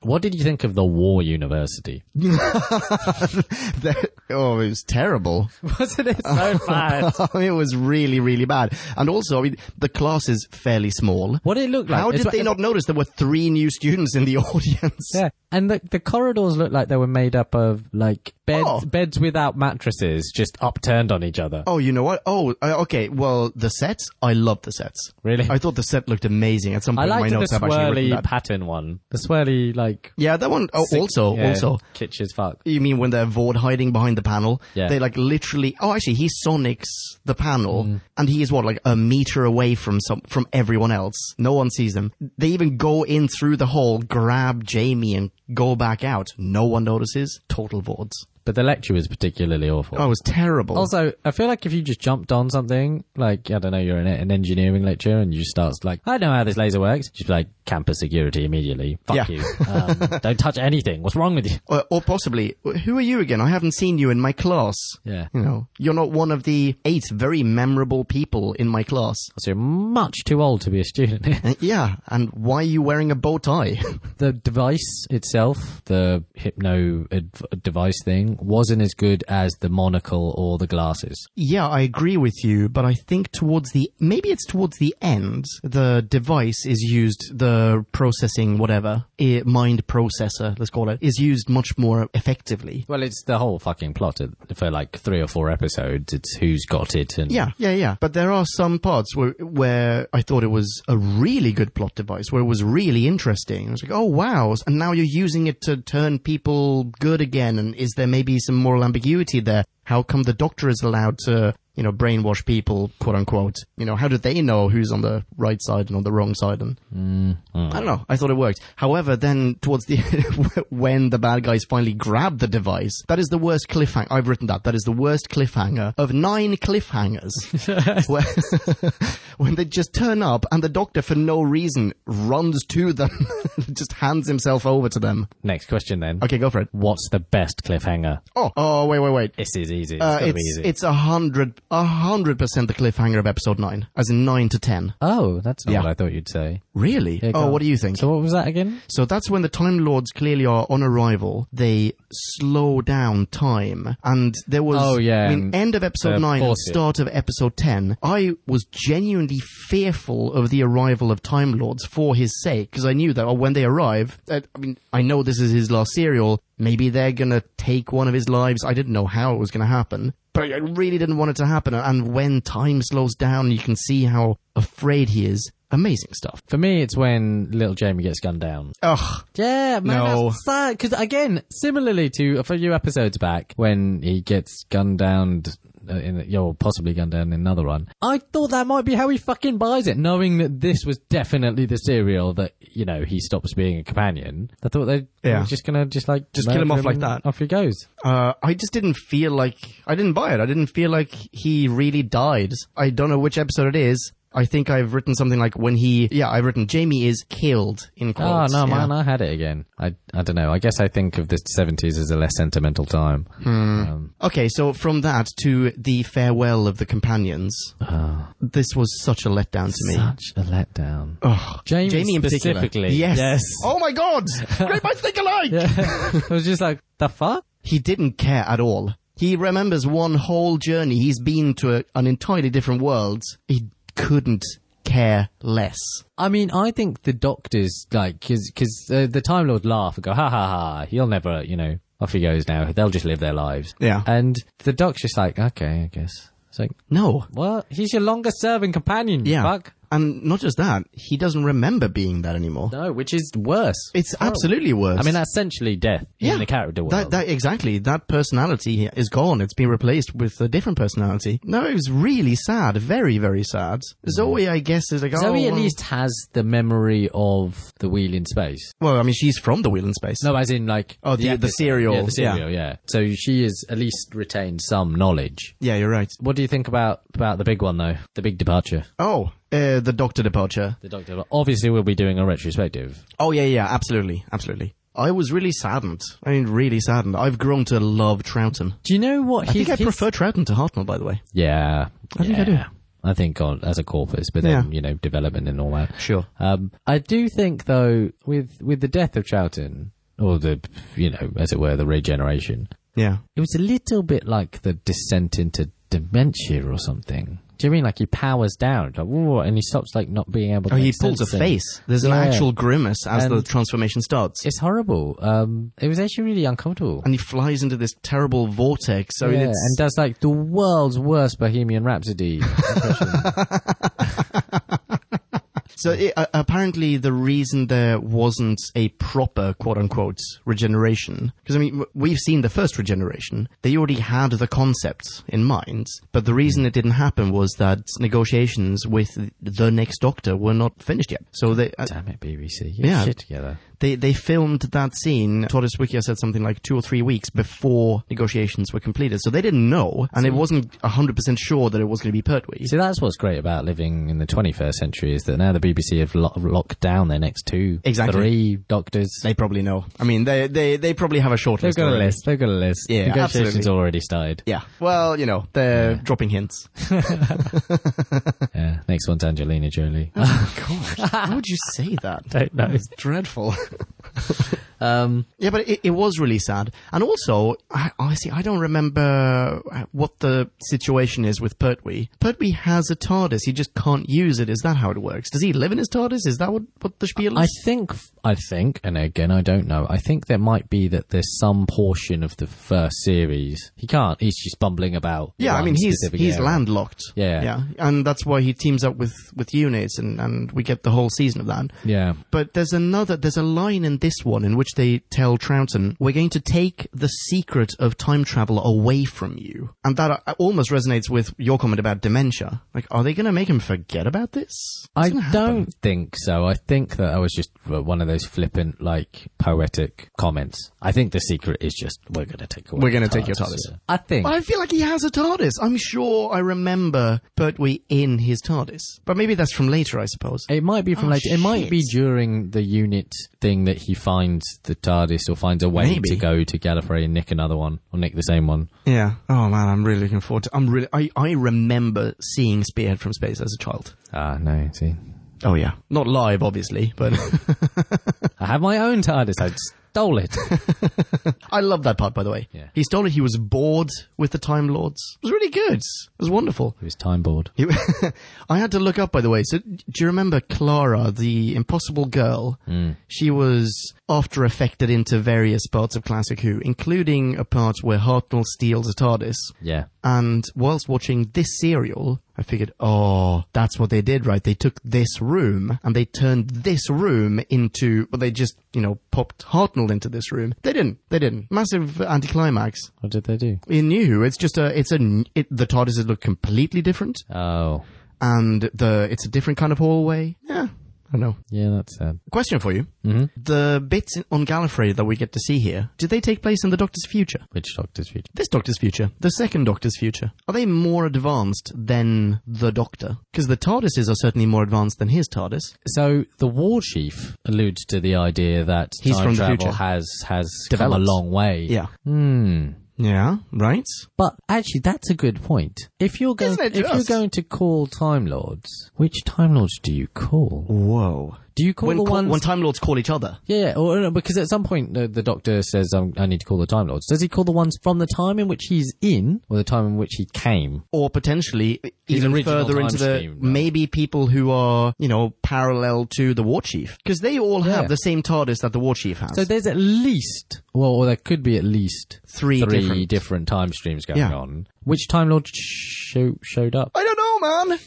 Speaker 2: what did you think of the War University?
Speaker 1: That- oh, it was terrible. Oh,
Speaker 2: Wasn't it so bad?
Speaker 1: it was really, really bad. And also, I mean, the class is fairly small.
Speaker 2: What did it look like?
Speaker 1: How
Speaker 2: It's
Speaker 1: did
Speaker 2: like-
Speaker 1: they not notice there were three new students in the audience?
Speaker 2: Yeah, and the the corridors looked like they were made up of like beds
Speaker 1: Oh.
Speaker 2: beds without mattresses, just upturned on each other.
Speaker 1: Oh, you know what? Oh, uh, okay. Well, the sets. I love the sets.
Speaker 2: Really?
Speaker 1: I thought the set looked amazing. At some
Speaker 2: I
Speaker 1: point, my
Speaker 2: liked the
Speaker 1: notes have actually written
Speaker 2: swirly
Speaker 1: that.
Speaker 2: pattern one, the swirly like.
Speaker 1: yeah, that one. Oh,
Speaker 2: sick-
Speaker 1: also,
Speaker 2: yeah,
Speaker 1: also.
Speaker 2: kitsch as fuck.
Speaker 1: You mean when they're Vord hiding behind the panel?
Speaker 2: Yeah.
Speaker 1: They like literally. Oh, actually, he sonics the panel,
Speaker 2: Mm.
Speaker 1: and he is what like a meter away from some from everyone else. No one sees them. They even go in through the hole, grab Jamie, and go back out. No one notices. Total Vords.
Speaker 2: But the lecture was particularly awful.
Speaker 1: Oh, it was terrible.
Speaker 2: Also, I feel like if you just jumped on something, like, I don't know, you're in an engineering lecture and you start like, I know how this laser works. Just be like, campus security immediately. Fuck
Speaker 1: Yeah.
Speaker 2: you. Um, don't touch anything. What's wrong with you?
Speaker 1: or, Uh, or possibly, who are you again? I haven't seen you in my class.
Speaker 2: Yeah.
Speaker 1: You know, you're not one of the eight very memorable people in my class.
Speaker 2: So you're much too old to be a student.
Speaker 1: Uh, yeah, and why are you wearing a bow tie?
Speaker 2: the device itself, the hypno adv- device thing, wasn't as good as the monocle or the glasses.
Speaker 1: yeah, I agree with you, but I think towards the, maybe it's towards the end, the device is used, the processing, whatever, eh, mind processor, let's call it, is used much more effectively.
Speaker 2: Well, it's the whole fucking plot of- for like three or four episodes. It's who's got it and
Speaker 1: Yeah, yeah, yeah. But there are some parts where where I thought it was a really good plot device, where it was really interesting. I was like, oh wow! And now you're using it to turn people good again. And is there maybe some moral ambiguity there? How come the doctor is allowed to, you know, brainwash people, quote unquote? You know, how do they know who's on the right side and on the wrong side? And I don't know. I thought it worked. However, then towards the when the bad guys finally grab the device, that is the worst cliffhanger. I've written that. That is the worst cliffhanger of nine cliffhangers. where, when they just turn up and the doctor, for no reason, runs to them, just hands himself over to them.
Speaker 2: Next question then.
Speaker 1: Okay, go for it.
Speaker 2: What's the best cliffhanger?
Speaker 1: Oh, oh, wait, wait, wait.
Speaker 2: This is easy. It's
Speaker 1: Uh,
Speaker 2: gotta be
Speaker 1: it's
Speaker 2: easy.
Speaker 1: it's a hundred a hundred percent the cliffhanger of episode nine, as in nine to ten.
Speaker 2: oh, that's not
Speaker 1: Yeah.
Speaker 2: what I thought you'd say.
Speaker 1: Really?
Speaker 2: Yeah, go
Speaker 1: oh,
Speaker 2: on.
Speaker 1: what do you think?
Speaker 2: So what was that again?
Speaker 1: So that's when the Time Lords clearly are on arrival. They slow down time, and there was
Speaker 2: Oh, yeah,
Speaker 1: I mean,
Speaker 2: and
Speaker 1: end of episode
Speaker 2: they
Speaker 1: nine, and
Speaker 2: force it.
Speaker 1: start of episode ten. I was genuinely fearful of the arrival of Time Lords for his sake because I knew that oh, when they arrive, that, I mean, I know this is his last serial. Maybe they're gonna take one of his lives. I didn't know how it was gonna happen. But I really didn't want it to happen. And when time slows down, you can see how afraid he is. Amazing stuff.
Speaker 2: For me, it's when little Jamie gets gunned down.
Speaker 1: Ugh.
Speaker 2: Yeah, man,
Speaker 1: No.
Speaker 2: that's sad. Because again, similarly to a few episodes back, when he gets gunned down, uh, in the- or possibly gunned down in another one, I thought that might be how he fucking buys it, knowing that this was definitely the serial that you know he stops being a companion. I thought they
Speaker 1: Yeah.
Speaker 2: were just gonna just like
Speaker 1: Just kill him
Speaker 2: murder
Speaker 1: off like
Speaker 2: and
Speaker 1: that.
Speaker 2: Off he goes.
Speaker 1: uh, I just didn't feel like I didn't buy it. I didn't feel like he really died. I don't know which episode it is. I think I've written something like when he, yeah, I've written Jamie is killed in
Speaker 2: Oh
Speaker 1: quotes. yeah.
Speaker 2: no, man, I had it again. I I don't know. I guess I think of the seventies as a less sentimental time.
Speaker 1: Hmm.
Speaker 2: Um,
Speaker 1: Okay, so from that to the farewell of the companions,
Speaker 2: oh,
Speaker 1: this was such a letdown to me.
Speaker 2: such a letdown.
Speaker 1: Ugh.
Speaker 2: Jamie,
Speaker 1: Jamie in particular.
Speaker 2: specifically.
Speaker 1: Yes.
Speaker 2: yes.
Speaker 1: Oh my god! Great minds think alike!
Speaker 2: I was just like, the fuck?
Speaker 1: He didn't care at all. He remembers one whole journey. He's been to a, an entirely different world. He couldn't care less.
Speaker 2: I mean, I think the doctors, like, because cause, uh, the Time Lord laugh and go, ha ha ha, he'll never, you know, off he goes now. They'll just live their lives.
Speaker 1: Yeah.
Speaker 2: And the doc's just like, okay, I guess. It's like,
Speaker 1: No.
Speaker 2: what? He's your longest serving companion, you
Speaker 1: Yeah.
Speaker 2: fuck.
Speaker 1: And not just that, he doesn't remember being that anymore.
Speaker 2: No, which is worse.
Speaker 1: It's absolutely worse.
Speaker 2: I mean, that's essentially death in the character world.
Speaker 1: That, that, exactly. That personality is gone. It's been replaced with a different personality. No, it was really sad. Very, very sad. Zoe, I guess, is like, oh,
Speaker 2: Mm-hmm. Zoe at
Speaker 1: well-
Speaker 2: least has the memory of the wheel in space.
Speaker 1: Well, I mean, she's from the Wheel in Space.
Speaker 2: No, as in like
Speaker 1: Oh, the- the
Speaker 2: episode.
Speaker 1: serial.
Speaker 2: Yeah, the
Speaker 1: Yeah.
Speaker 2: serial. Yeah. So she is at least retained some knowledge.
Speaker 1: Yeah, you're right.
Speaker 2: What do you think about about the big one though? The big departure.
Speaker 1: Oh, uh, the Doctor departure.
Speaker 2: The Doctor. Obviously, we'll be doing a retrospective.
Speaker 1: Oh, yeah, yeah, absolutely. Absolutely. I was really saddened. I mean, really saddened. I've grown to love Troughton.
Speaker 2: Do you know what
Speaker 1: I
Speaker 2: he?
Speaker 1: think I prefer Troughton to Hartnell, by the way.
Speaker 2: Yeah, I
Speaker 1: think I do.
Speaker 2: I think on, as a corpus, but then
Speaker 1: Yeah.
Speaker 2: you know development and all that.
Speaker 1: Sure.
Speaker 2: Um, I do think though, with with the death of Charlton or the you know as it were the regeneration,
Speaker 1: Yeah.
Speaker 2: it was a little bit like the descent into dementia or something. Do you mean like he powers down like, "Whoa," and he stops like not being able? to
Speaker 1: Oh, he
Speaker 2: make
Speaker 1: pulls a
Speaker 2: sense and-
Speaker 1: face. There's an
Speaker 2: Yeah.
Speaker 1: actual grimace as the
Speaker 2: And-
Speaker 1: transformation starts.
Speaker 2: It's horrible. Um, it was actually really uncomfortable.
Speaker 1: and he flies into this terrible vortex. I mean,
Speaker 2: yeah,
Speaker 1: it's,
Speaker 2: and does like the world's worst Bohemian Rhapsody impression.
Speaker 1: so it, uh, apparently the reason there wasn't a proper quote unquote regeneration, because I mean, w- we've seen the first regeneration. They already had the concept in mind, but the reason it didn't happen was that negotiations with the next Doctor were not finished yet. So they, uh,
Speaker 2: Damn it, BBC. Get
Speaker 1: Yeah.
Speaker 2: yeah. shit together.
Speaker 1: They they filmed that scene. Torres Wikia said something like two or three weeks before negotiations were completed, so they didn't know, and it wasn't hundred percent sure that it was going to be Pertwee.
Speaker 2: See, that's what's great about living in the 21st century is that now the BBC have lo- locked down their next two,
Speaker 1: Exactly.
Speaker 2: three doctors.
Speaker 1: They probably know. I mean, they they they probably have a short
Speaker 2: They've
Speaker 1: list.
Speaker 2: got a
Speaker 1: already.
Speaker 2: list. They've got a list.
Speaker 1: Yeah,
Speaker 2: Negotiations
Speaker 1: absolutely.
Speaker 2: already started.
Speaker 1: Yeah. Well, you know, they're dropping hints.
Speaker 2: Yeah. Next one's Angelina Jolie.
Speaker 1: God, how would you say that?
Speaker 2: don't know.
Speaker 1: Dreadful.
Speaker 2: Um,
Speaker 1: yeah, but it, it was really sad. And also, I, honestly, I don't remember uh, what the situation is with Pertwee. Pertwee has a TARDIS. He just can't use it. Is that how it works? Does he live in his TARDIS? Is that what, what the spiel
Speaker 2: I
Speaker 1: is?
Speaker 2: think, I think, and again, I don't know. I think there might be that there's some portion of the first series he can't. He's just bumbling about.
Speaker 1: yeah, I
Speaker 2: one
Speaker 1: mean, he's
Speaker 2: specific
Speaker 1: he's
Speaker 2: area.
Speaker 1: landlocked.
Speaker 2: Yeah.
Speaker 1: Yeah. And that's why he teams up with, with units and, and we get the whole season of that.
Speaker 2: Yeah.
Speaker 1: But there's another, there's a line in this one in which they tell Troughton, we're going to take the secret of time travel away from you. And that uh, almost resonates with your comment about dementia. Like, are they going to make him forget about this?
Speaker 2: I
Speaker 1: It's gonna happen.
Speaker 2: don't think so. I think that I was just uh, one of those flippant, like poetic comments. I think the secret is just we're going to take away.
Speaker 1: We're
Speaker 2: going
Speaker 1: gonna
Speaker 2: to
Speaker 1: take your TARDIS.
Speaker 2: I think.
Speaker 1: But I feel like he has a TARDIS. I'm sure I remember Pertwee in his TARDIS. But maybe that's from later, I suppose.
Speaker 2: it might be from
Speaker 1: Oh,
Speaker 2: later. It might be
Speaker 1: shit.
Speaker 2: during the unit thing that he finds the TARDIS or finds a way
Speaker 1: Maybe.
Speaker 2: to go to Gallifrey and nick another one or nick the same one.
Speaker 1: Yeah. Oh man, I'm really looking forward to. I'm really. I, I remember seeing Spearhead from space as a child.
Speaker 2: Ah, no. See,
Speaker 1: Oh yeah. Not live, obviously, but
Speaker 2: I have my own TARDIS. I stole it.
Speaker 1: I love that part. By the way,
Speaker 2: Yeah.
Speaker 1: he stole it. He was bored with the Time Lords. It was really good. It was wonderful.
Speaker 2: it was time bored.
Speaker 1: He- I had to look up, by the way. So, do you remember Clara, the impossible girl? She was after affected into various parts of Classic Who, including a part where Hartnell steals a TARDIS.
Speaker 2: Yeah.
Speaker 1: And whilst watching this serial, I figured, oh, that's what they did, right? They took this room and they turned this room into, well, they just, you know, popped Hartnell into this room. They didn't. They didn't. Massive anticlimax.
Speaker 2: What did they do?
Speaker 1: In New Who, it's just a, it's a, it, the TARDISes look completely different
Speaker 2: Oh,
Speaker 1: and the, it's a different kind of hallway. Yeah. I don't know.
Speaker 2: yeah. That's sad.
Speaker 1: Question for you. Mm-hmm. The bits in- on Gallifrey that we get to see here, did they take place in the Doctor's future?
Speaker 2: Which Doctor's future?
Speaker 1: This Doctor's future, the second Doctor's future, are they more advanced than the Doctor? Because the TARDISes are certainly more advanced than his TARDIS.
Speaker 2: So the war chief alludes to the idea that
Speaker 1: He's
Speaker 2: time
Speaker 1: from the
Speaker 2: travel
Speaker 1: future.
Speaker 2: has has come
Speaker 1: Developed.
Speaker 2: a long way.
Speaker 1: Yeah.
Speaker 2: Hmm.
Speaker 1: Yeah, right?
Speaker 2: But actually, that's a good point. If you're going,
Speaker 1: Isn't it
Speaker 2: if you're
Speaker 1: just?
Speaker 2: going to call time lords, which time lords do you call?
Speaker 1: Whoa.
Speaker 2: Do you call
Speaker 1: When,
Speaker 2: the
Speaker 1: ca-
Speaker 2: ones?
Speaker 1: when Time Lords call each other.
Speaker 2: yeah, or no, because at some point the, the doctor says, um, "I need to call the time lords." Does he call the ones from the time in which he's in, or the time in which he came?
Speaker 1: Or potentially even
Speaker 2: original
Speaker 1: further
Speaker 2: time
Speaker 1: into the
Speaker 2: stream, right?
Speaker 1: maybe people who are, you know, parallel to the War Chief. Because they all
Speaker 2: Yeah.
Speaker 1: have the same TARDIS that the War Chief has.
Speaker 2: So there's at least, well, or there could be at least
Speaker 1: Three different-
Speaker 2: time streams going
Speaker 1: Yeah.
Speaker 2: on. Which time lord sho- showed up?
Speaker 1: I don't know, man.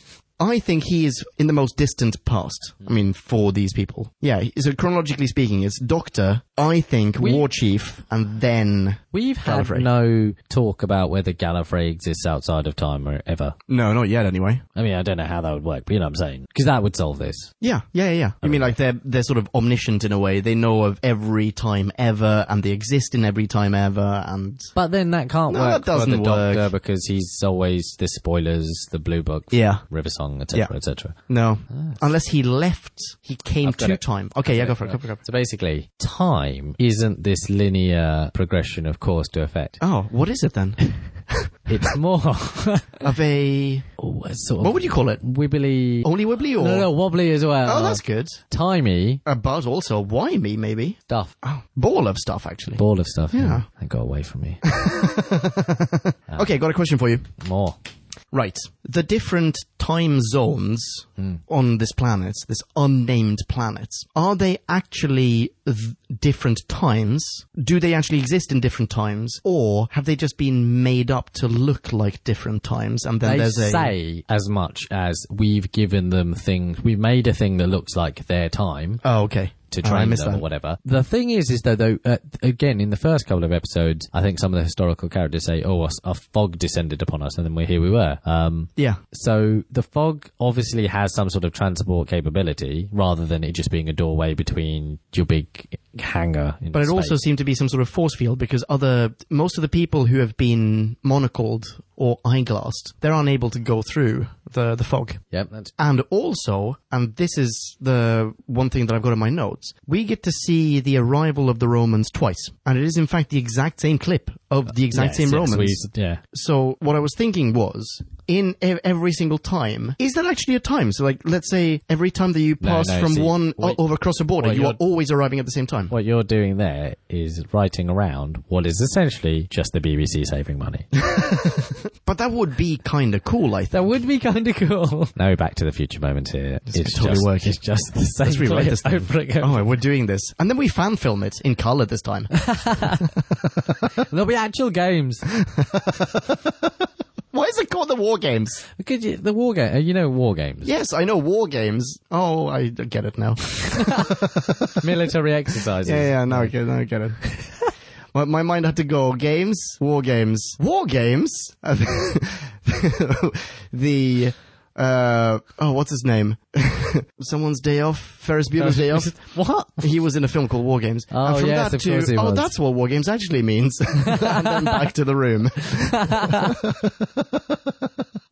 Speaker 1: I think he is in the most distant past. I mean, for these people. Yeah, so chronologically speaking, it's Doctor, I think,
Speaker 2: We-
Speaker 1: War Chief, and then.
Speaker 2: We've had
Speaker 1: Gallifrey.
Speaker 2: no talk about whether Gallifrey exists outside of time or ever.
Speaker 1: No, not yet, anyway.
Speaker 2: I mean, I don't know how that would work, but you know what I'm saying? Because that would solve this.
Speaker 1: Yeah, yeah, yeah. yeah. I mean, like, they're, they're sort of omniscient in a way. They know of every time ever, and they exist in every time ever, and.
Speaker 2: But then that can't
Speaker 1: No,
Speaker 2: work
Speaker 1: that doesn't
Speaker 2: for the Doctor
Speaker 1: work.
Speaker 2: because he's always the spoilers, the Blue Book,
Speaker 1: Yeah.
Speaker 2: River along, etc.,
Speaker 1: Yeah.
Speaker 2: etc.
Speaker 1: No, unless he left, he came
Speaker 2: I've got
Speaker 1: to
Speaker 2: it.
Speaker 1: time. Okay, yeah, go for it. Go for it. Go for it.
Speaker 2: So basically, time isn't this linear progression of cause to effect.
Speaker 1: Oh, what is it then?
Speaker 2: It's more
Speaker 1: of a
Speaker 2: oh, a sort of
Speaker 1: what would you call it?
Speaker 2: wibbly.
Speaker 1: Only wibbly or
Speaker 2: no, no, wobbly as well.
Speaker 1: oh, that's good.
Speaker 2: timey
Speaker 1: Uh, but also wimey maybe.
Speaker 2: stuff.
Speaker 1: Oh, ball of stuff actually.
Speaker 2: Ball of stuff. Yeah,
Speaker 1: Yeah.
Speaker 2: that got away from me.
Speaker 1: Okay, got a question for you.
Speaker 2: More.
Speaker 1: Right, the different time zones
Speaker 2: Hmm.
Speaker 1: on this planet, this unnamed planet, are they actually th- different times? Do they actually exist in different times, or have they just been made up to look like different times? And then
Speaker 2: They
Speaker 1: there's a
Speaker 2: say as much as we've given them things. We've made a thing that looks like their time.
Speaker 1: oh, okay,
Speaker 2: to
Speaker 1: Oh, I
Speaker 2: train them
Speaker 1: missed
Speaker 2: or
Speaker 1: that.
Speaker 2: whatever. The thing is, is though, though uh, again, in the first couple of episodes, I think some of the historical characters say, "Oh, a, s- a fog descended upon us, and then we here we were." Um,
Speaker 1: Yeah,
Speaker 2: so the fog obviously has some sort of transport capability, rather than it just being a doorway between your big hangar. In
Speaker 1: But it
Speaker 2: space.
Speaker 1: also seemed to be some sort of force field because other most of the people who have been monocled or eyeglassed, they're unable to go through the, the fog.
Speaker 2: yep, that's
Speaker 1: And also, and this is the one thing that I've got in my notes, we get to see the arrival of the Romans twice. And it is in fact the exact same clip of the exact
Speaker 2: yes,
Speaker 1: same
Speaker 2: yes,
Speaker 1: Romans.
Speaker 2: we- yeah,
Speaker 1: So what I was thinking was, in e- every single time, is that actually a time? So like, let's say every time that you
Speaker 2: No,
Speaker 1: pass
Speaker 2: no,
Speaker 1: from
Speaker 2: see,
Speaker 1: one
Speaker 2: what-
Speaker 1: over across a border,
Speaker 2: what
Speaker 1: you are
Speaker 2: you're-
Speaker 1: always arriving at the same time.
Speaker 2: what you're doing there is writing around what is essentially just the BBC saving money.
Speaker 1: But that would be kind of cool, I think.
Speaker 2: That would be kind of cool. Now we're back to the future moments here. It's,
Speaker 1: totally
Speaker 2: just,
Speaker 1: working.
Speaker 2: It's just the same.
Speaker 1: Let's rewrite
Speaker 2: clip
Speaker 1: this thing.
Speaker 2: over again.
Speaker 1: Oh, we're doing this. And then we fan film it in color this time.
Speaker 2: There'll be actual games.
Speaker 1: Why is it called the War Games?
Speaker 2: Could you, the war game. uh, You know war games.
Speaker 1: Yes, I know War Games. Oh, I get it now.
Speaker 2: Military exercises.
Speaker 1: yeah, yeah, now I get, now I get it. My, my mind had to go games, war games, war games. the uh, oh, what's his name? Someone's day off. Ferris Bueller's day off.
Speaker 2: What?
Speaker 1: He was in a film called War Games.
Speaker 2: Oh,
Speaker 1: and from
Speaker 2: yes,
Speaker 1: that
Speaker 2: of
Speaker 1: to,
Speaker 2: course he
Speaker 1: oh,
Speaker 2: was.
Speaker 1: that's what War Games actually means. and then back to the room.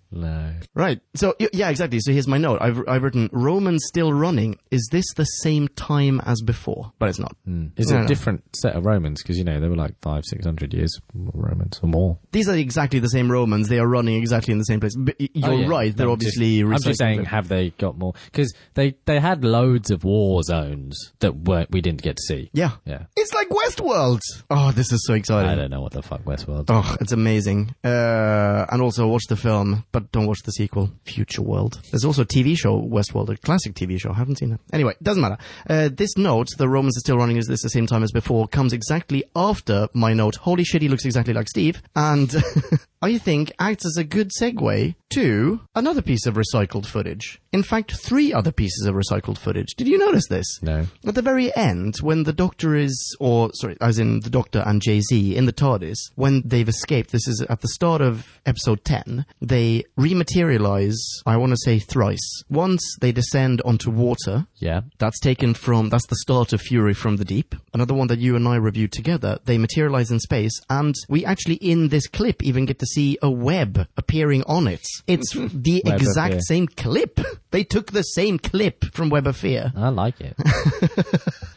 Speaker 2: No.
Speaker 1: Right. So, y- yeah, exactly. So here's my note. I've, I've written, Roman still running. Is this the same time as before? But it's not.
Speaker 2: It's
Speaker 1: No,
Speaker 2: a
Speaker 1: no.
Speaker 2: Mm. different set of Romans because you know they were like five, six hundred years Romans or more.
Speaker 1: These are exactly the same Romans. They are running exactly in the same place. But y- you're right. They're
Speaker 2: Oh, I'm
Speaker 1: obviously
Speaker 2: Just, I'm
Speaker 1: recycling
Speaker 2: just saying,
Speaker 1: them.
Speaker 2: have they got more? Because they they had loads of war zones that weren't we didn't get to see.
Speaker 1: Yeah.
Speaker 2: Yeah.
Speaker 1: It's like Westworld. Oh, this is so
Speaker 2: I
Speaker 1: exciting.
Speaker 2: don't know what the fuck Westworld.
Speaker 1: Oh, it's amazing. Uh, and also watch the film, but don't watch the sequel, Future World. There's also a TV show, Westworld, a classic TV show. I haven't seen it. Anyway, doesn't matter. Uh, this note, the Romans are still running, is this the same time as before, comes exactly after my note, holy shit, he looks exactly like Steve. And I think acts as a good segue to another piece of recycled footage. In fact, three other pieces of recycled footage. Did you notice this?
Speaker 2: No.
Speaker 1: At the very end, when the Doctor is, or sorry, as in the Doctor and Jay Z in the TARDIS, when they've escaped, this is at the start of episode 10, they rematerialize, I want to say thrice. Once they descend onto water,
Speaker 2: Yeah.
Speaker 1: that's taken from, that's the start of Fury from the Deep. Another one that you and I reviewed together. They materialize in space, and we actually, in this clip, even get to see a web appearing on it. It's the
Speaker 2: Web of
Speaker 1: exact
Speaker 2: Fear.
Speaker 1: same clip. They took the same clip from Web of Fear.
Speaker 2: I like it.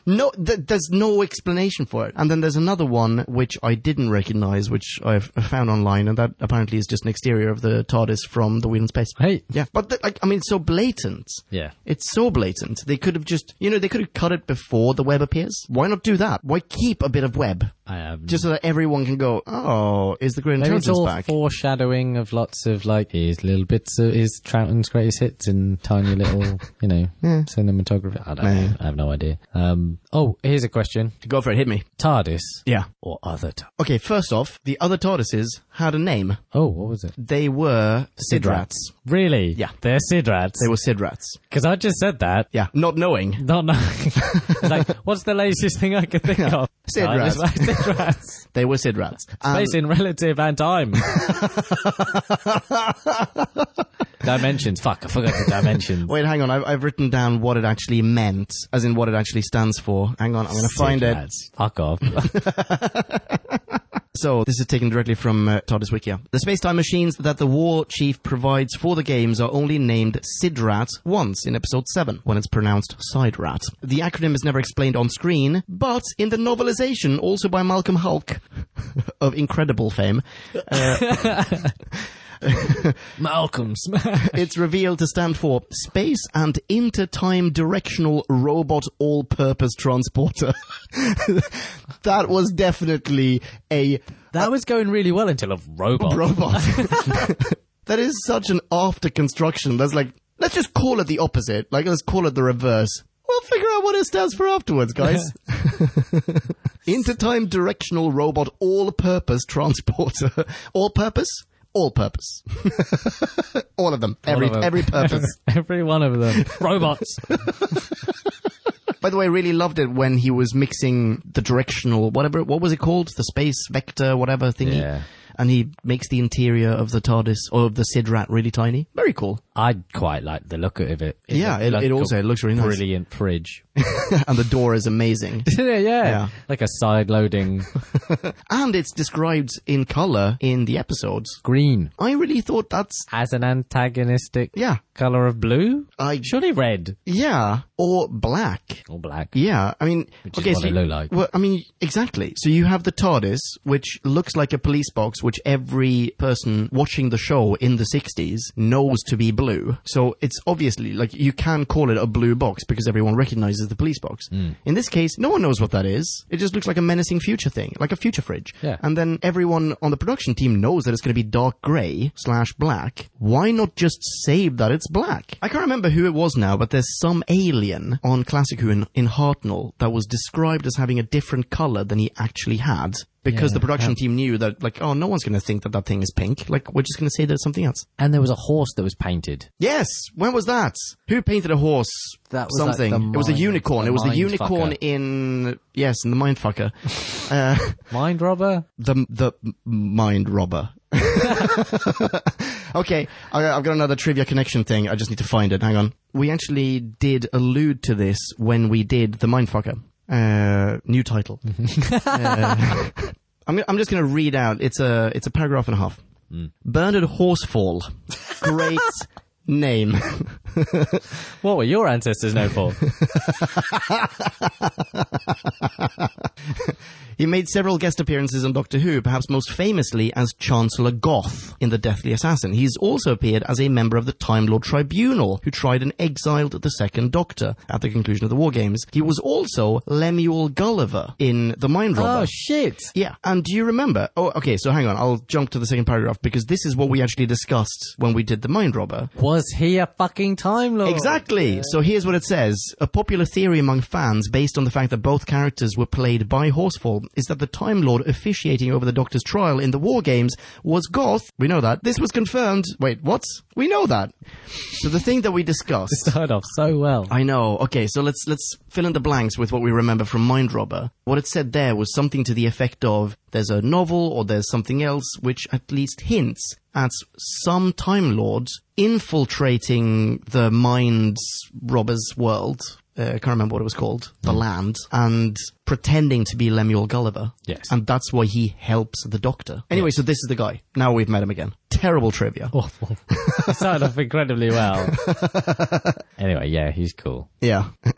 Speaker 1: No, th- there's no explanation for it. And then there's another one which I didn't recognize, which I've I found online, and that apparently is just an exterior of the TARDIS from the Wheel in Space.
Speaker 2: Great.
Speaker 1: Yeah, but th- like, I mean, it's so blatant.
Speaker 2: Yeah.
Speaker 1: It's so blatant. They could have just, you know, they could have cut it before the web appears. Why not do that? Why keep a bit of web?
Speaker 2: I am
Speaker 1: Just so that everyone can go, oh, is the Great
Speaker 2: Maybe it's
Speaker 1: Intelligence
Speaker 2: all
Speaker 1: back?
Speaker 2: foreshadowing of lots of like his little bits of his Troughton's greatest hits in tiny little, you know, cinematography. I don't know. I have no idea. Um, oh, here's a question:
Speaker 1: Go for it, hit me.
Speaker 2: TARDIS
Speaker 1: Yeah.
Speaker 2: or other? T-
Speaker 1: Okay, first off, the other TARDISes had a name.
Speaker 2: oh, what was it?
Speaker 1: They were Sidrats.
Speaker 2: Really?
Speaker 1: Yeah.
Speaker 2: they're Sidrats.
Speaker 1: They were Sidrats.
Speaker 2: Because I just said that.
Speaker 1: Yeah, not knowing.
Speaker 2: Not knowing. It's like, what's the latest thing I can think of?
Speaker 1: Sid
Speaker 2: Timeless
Speaker 1: rats.
Speaker 2: by Sid rats.
Speaker 1: They were Sid rats. Um,
Speaker 2: Space in relative and time. dimensions. Fuck, I forgot the dimensions.
Speaker 1: wait, hang on. I've, I've written down what it actually meant, as in what it actually stands for. Hang on, I'm going to find it.
Speaker 2: Fuck off.
Speaker 1: So this is taken directly from uh, TARDIS Wikia. The space-time machines that the war chief provides for the games are only named Sidrat once in episode 7, when it's pronounced Sidrat. The acronym is never explained on screen, but in the novelization, also by Malcolm Hulk, of incredible fame,
Speaker 2: Malcolm Smash.
Speaker 1: it's revealed to stand for Space and Intertime Directional Robot All Purpose Transporter. that was definitely a
Speaker 2: That was going really well until a robot.
Speaker 1: robot. that is such an after construction. That's like, let's just call it the opposite. Like, let's call it the reverse. We'll figure out what it stands for afterwards, guys. Intertime Directional Robot All Purpose Transporter. All Purpose? All Purpose. All of them. every,
Speaker 2: of them.
Speaker 1: every purpose.
Speaker 2: Every one of them. Robots.
Speaker 1: By the way, I really loved it when he was mixing the directional, whatever, what was it called? The space vector, whatever thingy.
Speaker 2: Yeah.
Speaker 1: And he makes the interior of the TARDIS or of the Sidrat really tiny. Very cool.
Speaker 2: I quite like the look of it.
Speaker 1: Yeah,
Speaker 2: looked
Speaker 1: it-
Speaker 2: like
Speaker 1: it
Speaker 2: a
Speaker 1: also looks really nice.
Speaker 2: Brilliant fridge.
Speaker 1: and the door is amazing.
Speaker 2: yeah,
Speaker 1: Yeah.
Speaker 2: Like a side loading
Speaker 1: and it's described in color in the episodes.
Speaker 2: green
Speaker 1: I really thought that's
Speaker 2: as an antagonistic
Speaker 1: yeah,
Speaker 2: color of blue.
Speaker 1: I
Speaker 2: Surely red
Speaker 1: yeah, or black.
Speaker 2: or black.
Speaker 1: Yeah, I mean,
Speaker 2: Which is
Speaker 1: okay,
Speaker 2: what
Speaker 1: so
Speaker 2: they look like.
Speaker 1: Well, I mean, exactly. So you have the TARDIS, which looks like a police box, which every person watching the show in the '60s knows to be blue. So it's obviously like you can call it a blue box because everyone recognizes the police box.
Speaker 2: Hmm.
Speaker 1: In this case, no one knows what that is. It just looks like a menacing future thing, like a future fridge.
Speaker 2: Yeah.
Speaker 1: And then everyone on the production team knows that it's going to be dark grey slash black. Why not just save that it's black? I can't remember who it was now, but there's some alien on Classic Who in, in Hartnell that was described as having a different color than he actually had. Because
Speaker 2: Yeah,
Speaker 1: the production team knew that, like, oh, no one's going to think that that thing is pink. Like, we're just going to say there's something else.
Speaker 2: And there was a horse that was painted.
Speaker 1: Yes. When was that? Who painted a horse?
Speaker 2: That was, like,
Speaker 1: something.
Speaker 2: the
Speaker 1: it was a
Speaker 2: mind-
Speaker 1: unicorn.
Speaker 2: the
Speaker 1: it was the
Speaker 2: mind
Speaker 1: unicorn
Speaker 2: fucker.
Speaker 1: in yes, in the Mindfucker. uh,
Speaker 2: Mind robber?
Speaker 1: the the m- mind robber. okay, I, I've got another trivia connection thing. I just need to find it. Hang on. We actually did allude to this when we did the Mindfucker. Uh, new title. Uh, I'm, gonna- I'm just going to read out. It's a it's a paragraph and a half. Bernard Horsefall, great name.
Speaker 2: What were your ancestors known for?
Speaker 1: He made several guest appearances on Doctor Who, perhaps most famously as Chancellor Goth in The Deathly Assassin. He's also appeared as a member of the Time Lord Tribunal, who tried and exiled the Second Doctor at the conclusion of the War Games. He was also Lemuel Gulliver in The Mind Robber.
Speaker 2: oh, shit.
Speaker 1: yeah, and do you remember? Oh, okay, so hang on, I'll jump to the second paragraph because this is what we actually discussed when we did The Mind Robber.
Speaker 2: Was he a fucking time lord?
Speaker 1: Exactly. So here's what it says. A popular theory among fans, based on the fact that both characters were played by Horsefall, is that the Time Lord officiating over the Doctor's trial in the War Games was Goth. We know that. This was confirmed. Wait, what? We know that. So the thing that we discussed.
Speaker 2: Started off so well.
Speaker 1: I know. Okay, so let's let's fill in the blanks with what we remember from Mind Robber. What it said there was something to the effect of there's a novel or there's something else which at least hints at some Time Lords infiltrating the Mind Robber's world. Uh, I can't remember what it was called, the land, and pretending to be Lemuel Gulliver.
Speaker 2: Yes.
Speaker 1: And that's why he helps the doctor. Anyway, so this is the guy. Now we've met him again. Terrible trivia.
Speaker 2: Awful. He started off incredibly well. anyway, yeah, he's cool.
Speaker 1: Yeah.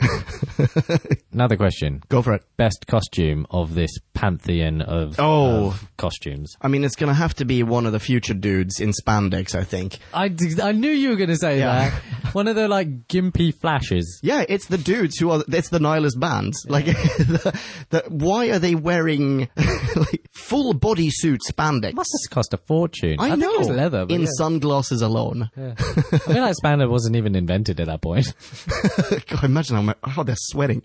Speaker 2: Another question.
Speaker 1: Go for it.
Speaker 2: Best costume of this pantheon of,
Speaker 1: Oh.
Speaker 2: of costumes.
Speaker 1: I mean, it's going to have to be one of the future dudes in spandex, I think.
Speaker 2: I, d- I knew you were going to say
Speaker 1: Yeah.
Speaker 2: that. One of the like gimpy flashes.
Speaker 1: Yeah, it's the dudes who are. It's the nihilist band. Like, the, the, why are they wearing like full body suit spandex?
Speaker 2: Must have cost a fortune.
Speaker 1: I, know
Speaker 2: Think it was leather. But
Speaker 1: in
Speaker 2: yeah.
Speaker 1: sunglasses alone.
Speaker 2: I feel like spandex wasn't even invented at that point.
Speaker 1: God, imagine how, mu- how they're sweating.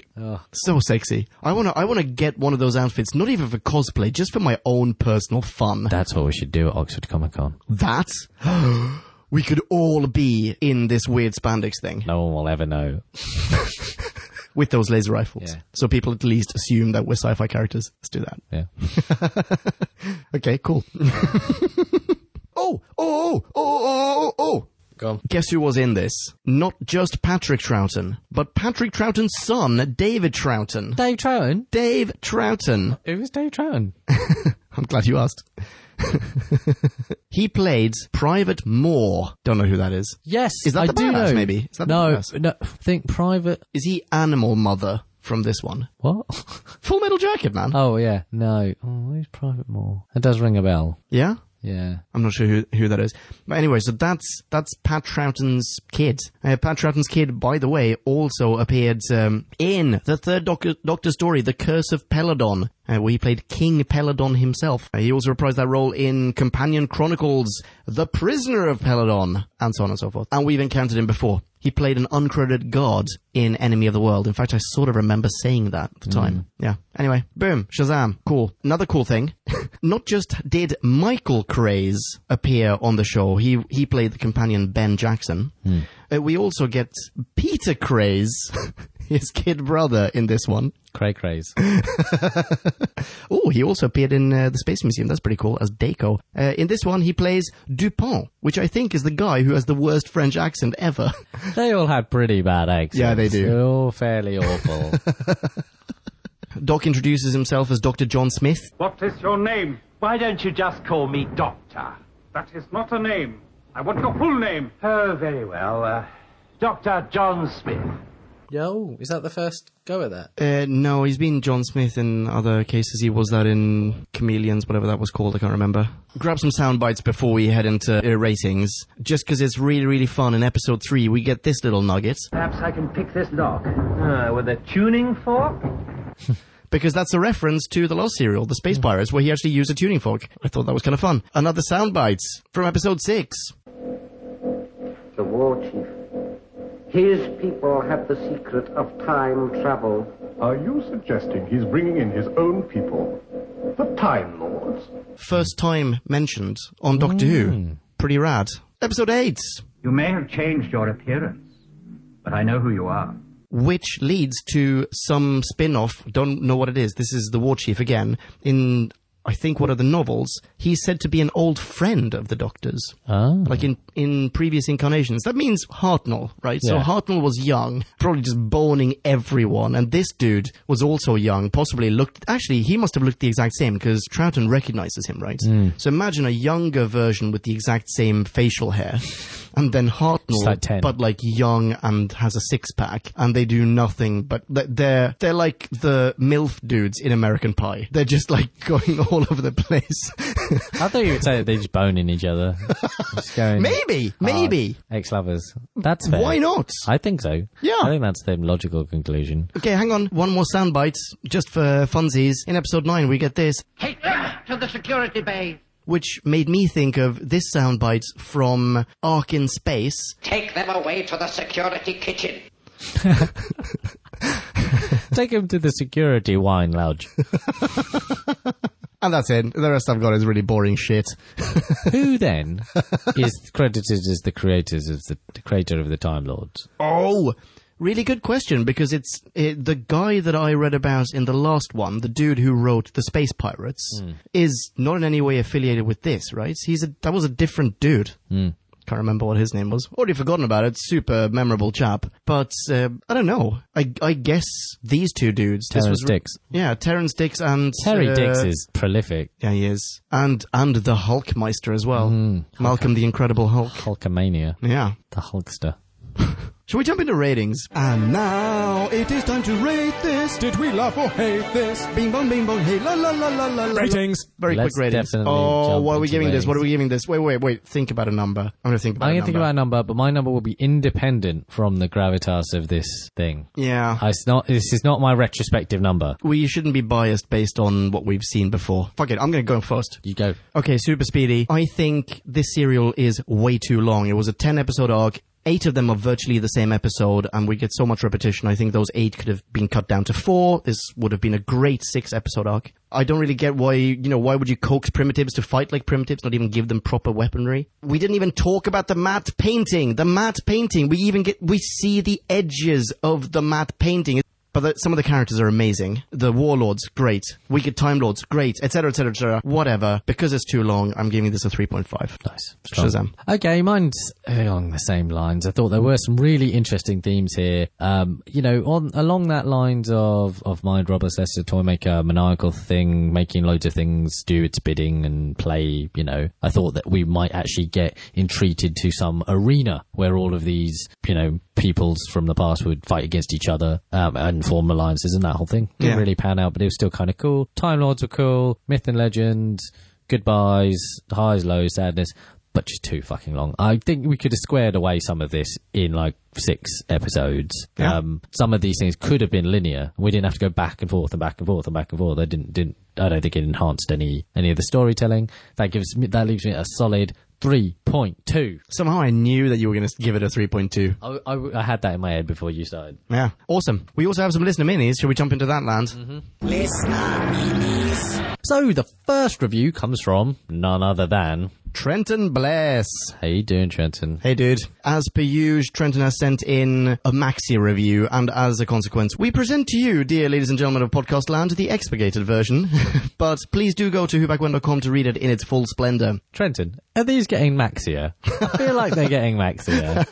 Speaker 1: So sexy. I wanna, I wanna get one of those outfits. Not even for cosplay, just for my own personal fun.
Speaker 2: That's what we should do at Oxford Comic Con.
Speaker 1: that. We could all be in this weird spandex thing
Speaker 2: No one will ever know.
Speaker 1: with those laser rifles.
Speaker 2: Yeah.
Speaker 1: So people at least assume that we're sci-fi characters. Let's do that.
Speaker 2: Yeah.
Speaker 1: Okay, cool. oh, oh, oh, oh, oh, oh, oh.
Speaker 2: Go on.
Speaker 1: Guess who was in this? Not just Patrick Troughton, but Patrick Troughton's son, David Troughton.
Speaker 2: Dave Troughton.
Speaker 1: Dave Troughton.
Speaker 2: It was Dave Troughton.
Speaker 1: I'm glad you asked. he played Private Moore. Don't know who that is.
Speaker 2: Yes,
Speaker 1: Is that
Speaker 2: I
Speaker 1: the
Speaker 2: do
Speaker 1: badass,
Speaker 2: know.
Speaker 1: maybe? Is that the
Speaker 2: no,
Speaker 1: badass?
Speaker 2: no. Think private.
Speaker 1: Is he Animal Mother from this one?
Speaker 2: What?
Speaker 1: Full Metal Jacket, man.
Speaker 2: Oh yeah, no. Oh, who's private more? That does ring a bell.
Speaker 1: yeah?
Speaker 2: Yeah.
Speaker 1: I'm not sure who, who that is. But anyway, so that's that's Pat Troughton's kid. Uh, Pat Troughton's kid, by the way, also appeared um, in the third Doctor, Doctor story, The Curse of Peladon, uh, where he played King Peladon himself. Uh, he also reprised that role in Companion Chronicles, The Prisoner of Peladon, and so on and so forth. And we've encountered him before. He played an uncredited guard in Enemy of the World. In fact, I sort of remember saying that at the time. Yeah. Anyway, boom, Shazam. Cool. Another cool thing. Not just did Michael Craze appear on the show, he, he played the companion Ben Jackson. Uh, we also get Peter Craze, his kid brother, in this one.
Speaker 2: Cray craze.
Speaker 1: Oh, he also appeared in uh, the Space Museum. That's pretty cool as Daco. Uh, in this one, he plays Dupont, which I think is the guy who has the worst French accent ever.
Speaker 2: they all had pretty bad accents.
Speaker 1: Yeah, they do.
Speaker 2: They're all fairly awful.
Speaker 1: Doc introduces himself as Dr. John Smith.
Speaker 5: What is your name? Why don't you just call me Doctor? That is not a name. I want your full name. Oh, very well. Uh, Dr. John Smith.
Speaker 6: Yo, is that the first go at that?
Speaker 1: Uh, no, he's been John Smith in other cases. He was that in Chameleons, whatever that was called. I can't remember. Grab some sound bites before we head into uh, ratings, just because it's really, really fun. In episode three, we get this little nugget
Speaker 5: Perhaps I can pick this lock. Uh, with a tuning fork?
Speaker 1: because that's a reference to the Lost serial, The Space Pirates, where he actually used a tuning fork. I thought that was kind of fun. Another sound bites from episode six.
Speaker 7: the war chief. His people have the secret of time travel.
Speaker 8: Are you suggesting he's bringing in his own people? The Time Lords?
Speaker 1: First time mentioned on Doctor Who. Pretty rad. Episode eight.
Speaker 5: You may have changed your appearance, but I know who you are.
Speaker 1: which leads to some spin-off. Don't know what it is. This is the War Chief again. In I think one of the novels, he's said to be an old friend of the Doctor's.
Speaker 2: Ah.
Speaker 1: Like in in previous incarnations, that means Hartnell, right? So
Speaker 2: Yeah.
Speaker 1: Hartnell was young, probably just boning everyone, and this dude was also young. Possibly looked. Actually, he must have looked the exact same because Troughton recognizes him, right?
Speaker 2: Hmm.
Speaker 1: So imagine a younger version with the exact same facial hair, and then Hartnell,
Speaker 2: Just like 10.
Speaker 1: but like young and has a six pack, and they do nothing but th- they're they're like the milf dudes in American Pie. They're just like going all over the place.
Speaker 2: I thought you would say that they just bone in each other. Just going,
Speaker 1: maybe, maybe.
Speaker 2: Ex lovers. That's fair.
Speaker 1: Why not?
Speaker 2: I think so.
Speaker 1: Yeah.
Speaker 2: I think that's the logical conclusion.
Speaker 1: Okay, hang on. One more soundbite, just for funsies. In episode nine, we get this,
Speaker 9: Take them to the security bay.
Speaker 1: which made me think of this soundbite from Ark in Space.
Speaker 9: Take them away to the security kitchen.
Speaker 2: Take him to the security wine lounge.
Speaker 1: And that's it. The rest I've got is really boring shit.
Speaker 2: Who then is credited as the creators of the, the creator of the Time Lords?
Speaker 1: Oh, really good question because it's it, the guy that I read about in the last one, the dude who wrote the Space Pirates,
Speaker 2: Hmm.
Speaker 1: is not in any way affiliated with this, right? He's a that was a different dude.
Speaker 2: Hmm.
Speaker 1: Can't remember what his name was. Already forgotten about it. Super memorable chap, but uh, I don't know. I, I guess these two dudes. this
Speaker 2: Terrence
Speaker 1: was re-
Speaker 2: Dix.
Speaker 1: yeah, Terrence Dix and
Speaker 2: Terry
Speaker 1: uh,
Speaker 2: Dix is prolific.
Speaker 1: Yeah, he is, and and the Hulkmeister as well.
Speaker 2: Hmm.
Speaker 1: Malcolm the Incredible Hulk.
Speaker 2: Hulkamania.
Speaker 1: Yeah.
Speaker 2: The Hulkster.
Speaker 1: Shall we jump into ratings?
Speaker 4: And now it is time to rate this. Did we love or hate this?
Speaker 1: Bing bong, bing bong, hey la la la la la. la.
Speaker 4: Ratings.
Speaker 1: Very
Speaker 2: Let's
Speaker 1: quick ratings.
Speaker 2: definitely
Speaker 1: Oh,
Speaker 2: jump
Speaker 1: what are we
Speaker 2: into
Speaker 1: giving this? What are
Speaker 2: ratings.
Speaker 1: we giving this? Wait, wait, wait. Think about a number. I'm going to think about
Speaker 2: I'm
Speaker 1: a number.
Speaker 2: going to think about a number, but my number will be independent from the gravitas of this thing.
Speaker 1: yeah.
Speaker 2: I- It's not, this is not my retrospective number.
Speaker 1: we shouldn't be biased based on what we've seen before. Fuck it, I'm going to go first.
Speaker 2: You go.
Speaker 1: Okay, Super Speedy. I think this serial is way too long. It was a 10 episode arc. Eight of them are virtually the same episode, and we get so much repetition. I think those eight could have been cut down to four. This would have been a great six episode arc. I don't really get why, you know, why would you coax primitives to fight like primitives, not even give them proper weaponry? We didn't even talk about the matte painting. The matte painting. We even get, we see the edges of the matte painting. But the, some of the characters are amazing. The Warlords, great. Wicked Time Lords, great. Etc. Etc. Etc. Whatever. Because it's too long, I'm giving this a 3.5.
Speaker 2: Nice.
Speaker 1: Shazam.
Speaker 2: Okay, mine's along the same lines. I thought there were some really interesting themes here. Um, you know, on along that lines of of mind Robert Lester Toymaker, maniacal thing, making loads of things do its bidding and play, you know. I thought that we might actually get entreated to some arena where all of these, you know, peoples from the past would fight against each other um, and form alliances and that whole thing. Didn't
Speaker 1: Yeah.
Speaker 2: really pan out, but it was still kind of cool. Time Lords were cool. Myth and Legend, goodbyes, highs, lows, sadness, but just too fucking long. I think we could have squared away some of this in like six episodes.
Speaker 1: Yeah.
Speaker 2: Um, some of these things could have been linear. We didn't have to go back and forth and back and forth and back and forth. I didn't, didn't, I don't think it enhanced any, any of the storytelling. That gives me, that leaves me at a solid 3.2.
Speaker 1: Somehow I knew that you were going to give it a 3.2.
Speaker 2: I, I, I had that in my head before you started.
Speaker 1: Yeah. Awesome. We also have some listener minis. Shall we jump into that land?
Speaker 2: So the first review comes from none other than,
Speaker 1: Trenton Bless.
Speaker 2: how you doing, Trenton?
Speaker 1: Hey, dude. As per usual, Trenton has sent in a maxi review, and as a consequence, we present to you, dear ladies and gentlemen of Podcast Land, the expurgated version. but please do go to whobackwhen.com to read it in its full splendor.
Speaker 2: Trenton, are these getting maxia? I feel like they're getting maxia.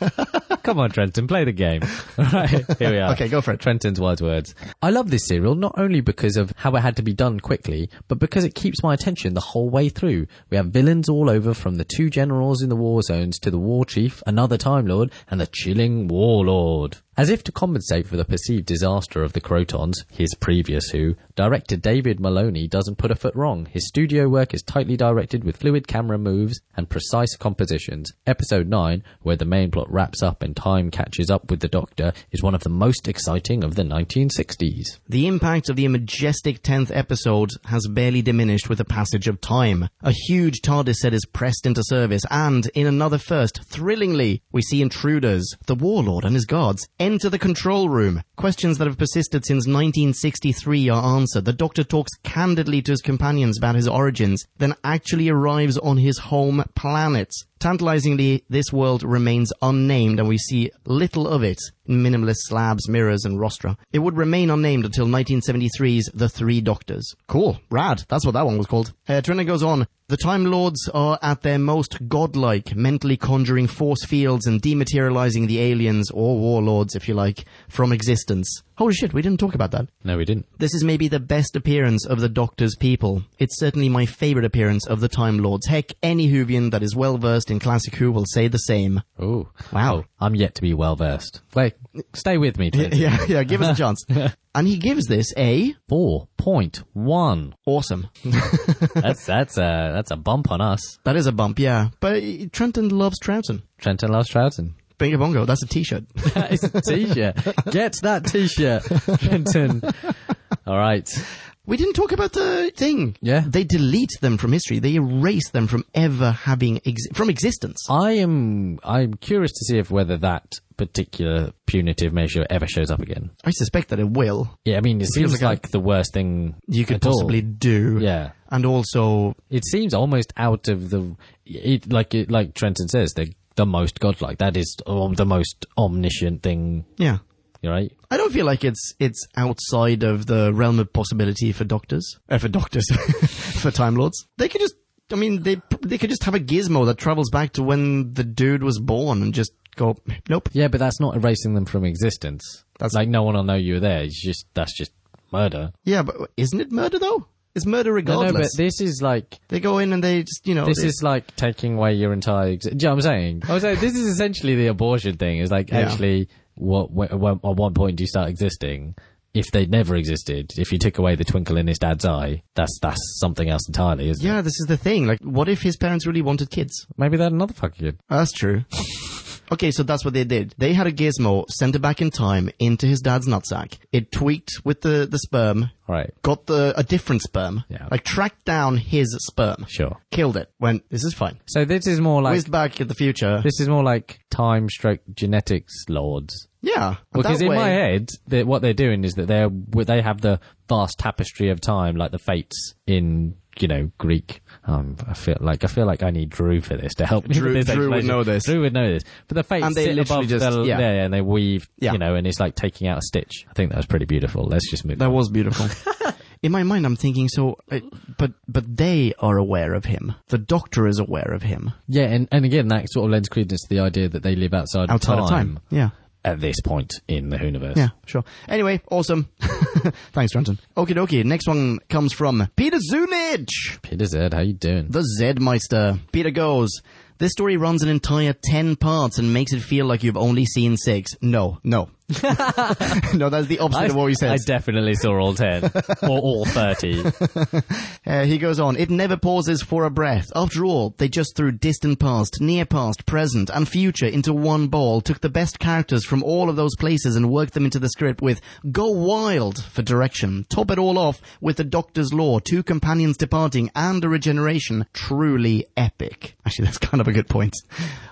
Speaker 2: Come on, Trenton, play the game. All right, here we are.
Speaker 1: Okay, go for it.
Speaker 2: Trenton's wise words. I love this serial not only because of how it had to be done quickly, but because it keeps my attention the whole way through. We have villains all over from the two generals in the war zones to the war chief, another time lord, and the chilling warlord. As if to compensate for the perceived disaster of the Crotons, his previous Who, director David Maloney doesn't put a foot wrong. His studio work is tightly directed with fluid camera moves and precise compositions. Episode 9, where the main plot wraps up and time catches up with the Doctor, is one of the most exciting of the 1960s.
Speaker 1: The impact of the majestic 10th episode has barely diminished with the passage of time. A huge TARDIS set is pressed into service, and in another first, thrillingly, we see intruders, the warlord and his guards, enter the control room. Questions that have persisted since 1963 are answered. The doctor talks candidly to his companions about his origins, then actually arrives on his home planet. Tantalizingly, this world remains unnamed and we see little of it in minimalist slabs, mirrors, and rostra. It would remain unnamed until 1973's The Three Doctors. Cool. Rad. That's what that one was called. Uh, Trina goes on. The Time Lords are at their most godlike, mentally conjuring force fields and dematerializing the aliens, or warlords if you like, from existence. Holy shit, we didn't talk about that.
Speaker 2: No, we didn't.
Speaker 1: This is maybe the best appearance of the Doctor's people. It's certainly my favourite appearance of the Time Lords. Heck, any Whovian that is well versed in classic Who will say the same.
Speaker 2: Oh,
Speaker 1: Wow.
Speaker 2: I'm yet to be well versed. Wait, stay with me, Trenton.
Speaker 1: Yeah, yeah, give us a chance. and he gives this a
Speaker 2: 4.1.
Speaker 1: awesome.
Speaker 2: That's, that's, a, that's a bump on us.
Speaker 1: That is a bump, yeah. But uh, Trenton loves Trouton.
Speaker 2: Trenton loves Trouton.
Speaker 1: Bingo bongo, that's a t-shirt.
Speaker 2: That is a t-shirt. Get that t-shirt, Trenton. All right.
Speaker 1: we didn't talk about the thing.
Speaker 2: Yeah.
Speaker 1: They delete them from history. They erase them from ever having, ex- from existence.
Speaker 2: I am I'm curious to see if whether that particular punitive measure ever shows up again.
Speaker 1: I suspect that it will.
Speaker 2: Yeah, I mean, it seems
Speaker 1: like
Speaker 2: like,
Speaker 1: a-
Speaker 2: the worst thing
Speaker 1: You could
Speaker 2: at all.
Speaker 1: possibly do.
Speaker 2: Yeah.
Speaker 1: And also,
Speaker 2: It seems almost out of the it, like it, like Trenton says the the most godlike. That is um, the most omniscient thing,
Speaker 1: yeah.
Speaker 2: you right?
Speaker 1: I don't feel like it's it's outside of the realm of possibility for doctors, uh, for doctors, for time lords. They could just, I mean, they they could just have a gizmo that travels back to when the dude was born and just go, nope.
Speaker 2: Yeah, but that's not erasing them from existence. That's like no one will know you were there. It's just that's just murder.
Speaker 1: Yeah, but isn't it murder though? It's murder
Speaker 2: No,
Speaker 1: regardless.
Speaker 2: no, but this is like
Speaker 1: they go in and they just, you know,
Speaker 2: This
Speaker 1: they-
Speaker 2: is like taking away your entire. Ex- Do you know what I'm saying? I was like, this is essentially the abortion thing. It's like
Speaker 1: Yeah.
Speaker 2: actually, what, wh- wh- at one point do you start existing? If they never existed, if you took away the twinkle in his dad's eye, that's that's something else entirely, isn't it?
Speaker 1: yeah, this is the thing. Like, what if his parents really wanted kids?
Speaker 2: Maybe they're another fucking kid.
Speaker 1: That's true. Okay, so that's what they did. They had a gizmo sent it back in time into his dad's nutsack. It tweaked with the, the sperm,
Speaker 2: Right.
Speaker 1: got the a different sperm,
Speaker 2: Yeah.
Speaker 1: like tracked down his sperm,
Speaker 2: Sure.
Speaker 1: killed it. Went, this is fine.
Speaker 2: So this is more like
Speaker 1: Whizzed back at the future.
Speaker 2: this is more like time stroke genetics lords.
Speaker 1: yeah, and
Speaker 2: Because
Speaker 1: that
Speaker 2: in
Speaker 1: way-
Speaker 2: my head, that what they're doing is that they're they have the vast tapestry of time, like the fates in you know, Greek. Um, I feel like I feel like I need Drew for this to help me.
Speaker 1: Drew-
Speaker 2: with this
Speaker 1: Drew would
Speaker 2: explanation.
Speaker 1: know this.
Speaker 2: Drew would know this. But the face
Speaker 1: And they
Speaker 2: sit
Speaker 1: literally
Speaker 2: above
Speaker 1: just-
Speaker 2: the,
Speaker 1: yeah.
Speaker 2: there and they weave,
Speaker 1: Yeah.
Speaker 2: you know, and it's like taking out a stitch. I think that was pretty beautiful. Let's just move.
Speaker 1: That
Speaker 2: on.
Speaker 1: was beautiful. In my mind, I'm thinking so, uh, but but they are aware of him. The doctor is aware of him
Speaker 2: Yeah, and, and again, that sort of lends credence to the idea that they live outside,
Speaker 1: outside
Speaker 2: of,
Speaker 1: of time. Yeah.
Speaker 2: at this point in the universe.
Speaker 1: Yeah, sure. Anyway, awesome. Thanks, Trenton. Okie dokie. Next one comes from Peter Zunich,
Speaker 2: Peter Zed, how you doing?
Speaker 1: the Zedmeister. Peter goes, This story runs an entire 10 parts and makes it feel like you've only seen six. No, no. no, that's the opposite of what he says.
Speaker 2: I definitely saw all 10 or all 30.
Speaker 1: Uh, he goes on, it never pauses for a breath. After all, they just threw distant past, near past, present, and future into one ball, took the best characters from all of those places and worked them into the script with Go Wild for direction. Top it all off with the Doctor's Law, two companions departing, and a regeneration. Truly epic. Actually, that's kind of a good point.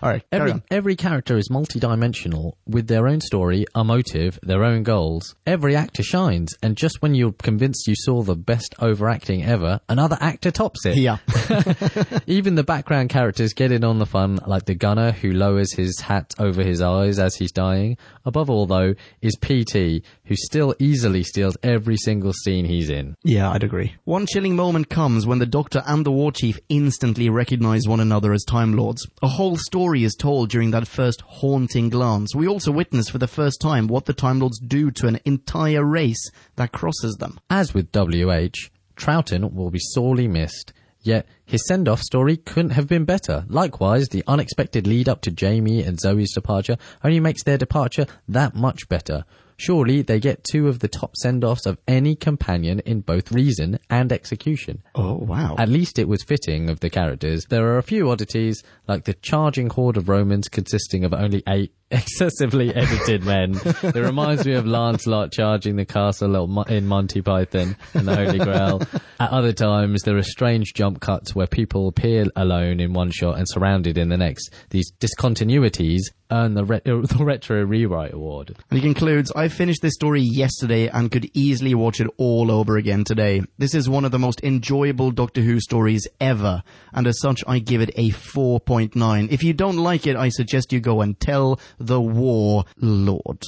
Speaker 1: All right, carry
Speaker 2: Every,
Speaker 1: on.
Speaker 2: every character is multidimensional with their own story, a motive, their own goals. Every actor shines, and just when you're convinced you saw the best overacting ever, another actor tops it.
Speaker 1: Yeah.
Speaker 2: Even the background characters get in on the fun, like the gunner who lowers his hat over his eyes as he's dying. Above all, though, is PT, who still easily steals every single scene he's in.
Speaker 1: Yeah, I'd agree. One chilling moment comes when the Doctor and the War Chief instantly recognize one another as Time Lords. A whole story is told during that first haunting glance. We also witness for the first time what the Time Lords do to an entire race that crosses them.
Speaker 2: As with WH, Troughton will be sorely missed. Yet his send off story couldn't have been better. Likewise, the unexpected lead up to Jamie and Zoe's departure only makes their departure that much better. Surely they get two of the top send offs of any companion in both reason and execution.
Speaker 1: Oh, wow.
Speaker 2: At least it was fitting of the characters. There are a few oddities, like the charging horde of Romans consisting of only eight excessively edited men. It reminds me of Lancelot charging the castle at Mo- in Monty Python and the Holy Grail. At other times, there are strange jump cuts where people appear alone in one shot and surrounded in the next. These discontinuities earn the, re- the Retro Rewrite Award.
Speaker 1: And he concludes, I finished this story yesterday and could easily watch it all over again today. This is one of the most enjoyable Doctor Who stories ever, and as such I give it a 4.9. If you don't like it, I suggest you go and tell the War Lord.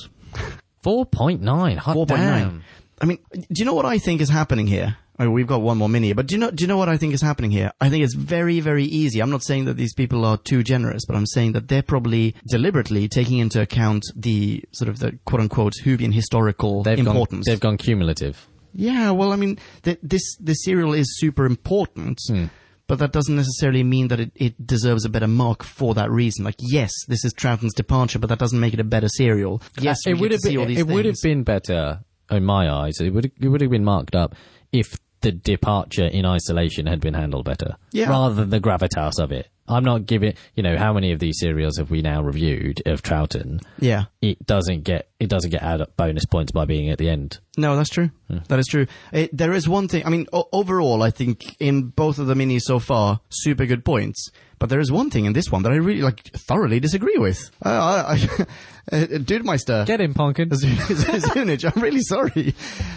Speaker 2: 4.9. Hot
Speaker 1: 4.9.
Speaker 2: damn.
Speaker 1: I mean, do you know what I think is happening here? Oh, we've got one more mini, but do you know? Do you know what I think is happening here? I think it's very, very easy. I'm not saying that these people are too generous, but I'm saying that they're probably deliberately taking into account the sort of the quote unquote Hoovian historical
Speaker 2: They've gone-
Speaker 1: importance.
Speaker 2: they've gone cumulative.
Speaker 1: yeah, well, I mean, th- this this serial is super important.
Speaker 2: Hmm.
Speaker 1: But that doesn't necessarily mean that it, it deserves a better mark for that reason. Like, yes, this is Troughton's departure, but that doesn't make it a better serial. Yes,
Speaker 2: Uh,
Speaker 1: we get to see
Speaker 2: been,
Speaker 1: all these
Speaker 2: it would have
Speaker 1: things.
Speaker 2: been better in my eyes. It would it would have been marked up if the departure in isolation had been handled better,
Speaker 1: Yeah.
Speaker 2: rather than the gravitas of it. I'm not giving. You know, how many of these serials have we now reviewed of Troughton?
Speaker 1: Yeah.
Speaker 2: It doesn't get it doesn't get add up bonus points by being at the end.
Speaker 1: No, that's true. That is true. Uh there is one thing. I mean, o- overall, I think in both of the minis so far, super good points. But there is one thing in this one that I really like thoroughly disagree with. Uh, I, I, uh, Dude Meister.
Speaker 2: Get in, Ponkin.
Speaker 1: Zunich, I'm really sorry.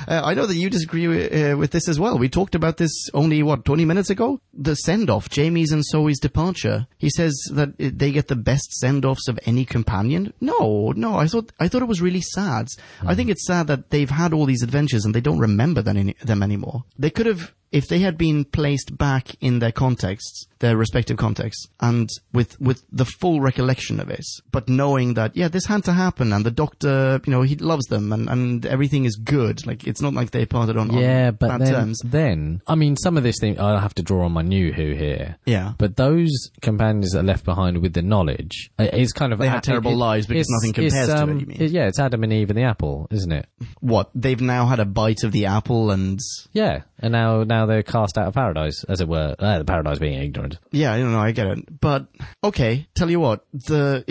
Speaker 1: Uh, I know that you disagree wi- uh, with this as well. We talked about this only, what, 20 minutes ago? The send off, Jamie's and Zoe's departure. He says that uh, they get the best send offs of any companion. No, no, I thought, I thought it was really sad. I think it's sad that they've had all these adventures and they don't remember them, any, them anymore. They could have, if they had been placed back in their contexts, their respective contexts, and with with the full recollection of it, but knowing that yeah, this had to happen, and the doctor, you know, he loves them, and and everything is good. Like it's not like they parted on
Speaker 2: yeah,
Speaker 1: on
Speaker 2: but
Speaker 1: bad
Speaker 2: then,
Speaker 1: terms.
Speaker 2: then I mean, some of this thing I have to draw on my new Who here.
Speaker 1: Yeah.
Speaker 2: but those companions that are left behind with the knowledge i- is kind of
Speaker 1: They had terrible lives because
Speaker 2: it's-
Speaker 1: nothing
Speaker 2: it's, um,
Speaker 1: compares to it, you mean? Hmm.
Speaker 2: yeah, it's Adam and Eve and the apple, isn't it?
Speaker 1: What they've now had a bite of the apple, and
Speaker 2: Yeah, and now now they're cast out of paradise, as it were. Uh, the paradise being ignorant.
Speaker 1: yeah, I don't know, I get it, but okay, tell you what, the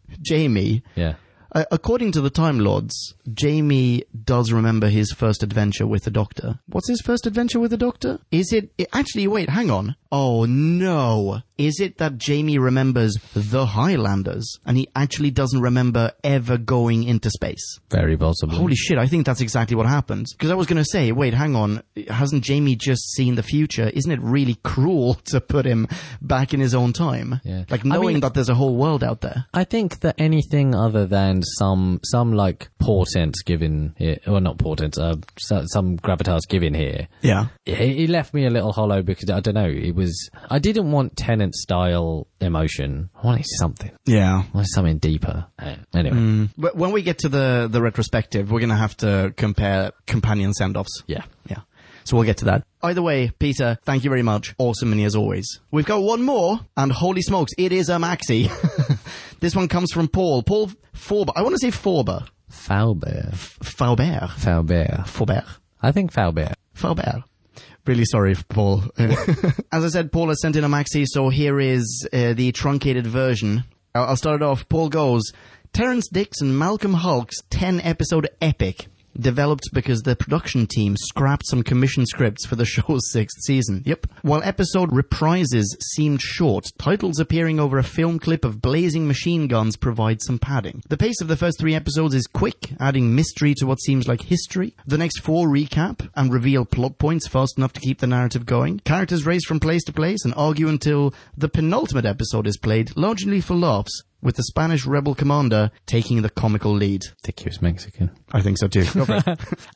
Speaker 1: Jamie.
Speaker 2: Yeah.
Speaker 1: Uh, according to the Time Lords, Jamie does remember his first adventure with the Doctor. What's his first adventure with the Doctor? Is it, i- actually? Wait, hang on. Oh no! Is it that Jamie remembers the Highlanders and he actually doesn't remember ever going into space?
Speaker 2: Very possible.
Speaker 1: Holy shit, I think that's exactly what happens. Because I was going to say, wait, hang on, hasn't Jamie just seen the future? Isn't it really cruel to put him back in his own time?
Speaker 2: Yeah.
Speaker 1: Like
Speaker 2: I
Speaker 1: knowing
Speaker 2: mean-
Speaker 1: that there's a whole world out there.
Speaker 2: I think that anything other than some some like portent given here, well not portent, uh, so, some gravitas given here.
Speaker 1: Yeah.
Speaker 2: He he left me a little hollow because I don't know. It was I didn't want tenant style emotion. I wanted something.
Speaker 1: Yeah.
Speaker 2: I wanted something deeper. Uh,
Speaker 1: Hmm.
Speaker 2: Anyway,
Speaker 1: But when we get to the, the retrospective, we're going to have to compare companion send offs.
Speaker 2: yeah.
Speaker 1: Yeah. So we'll get to that. Either way, Peter, thank you very much. Awesome mini as always. We've got one more, and holy smokes, it is a maxi. this one comes from Paul. Paul Forber. I want to say Forber.
Speaker 2: Faubert.
Speaker 1: Faubert.
Speaker 2: Faubert.
Speaker 1: Faubert.
Speaker 2: I think Faubert.
Speaker 1: Faubert. Really sorry, Paul. As I said, Paul has sent in a maxi, so here is uh, the truncated version. I'll, I'll start it off. Paul goes Terrence Dix and Malcolm Hulk's 10 episode epic, developed because the production team scrapped some commission scripts for the show's sixth season. Yep. While episode reprises seemed short, titles appearing over a film clip of blazing machine guns provide some padding. The pace of the first three episodes is quick, adding mystery to what seems like history. The next four recap and reveal plot points fast enough to keep the narrative going. Characters race from place to place and argue until the penultimate episode is played, largely for laughs, with the Spanish rebel commander taking the comical lead.
Speaker 2: I think he was Mexican.
Speaker 1: I think so too.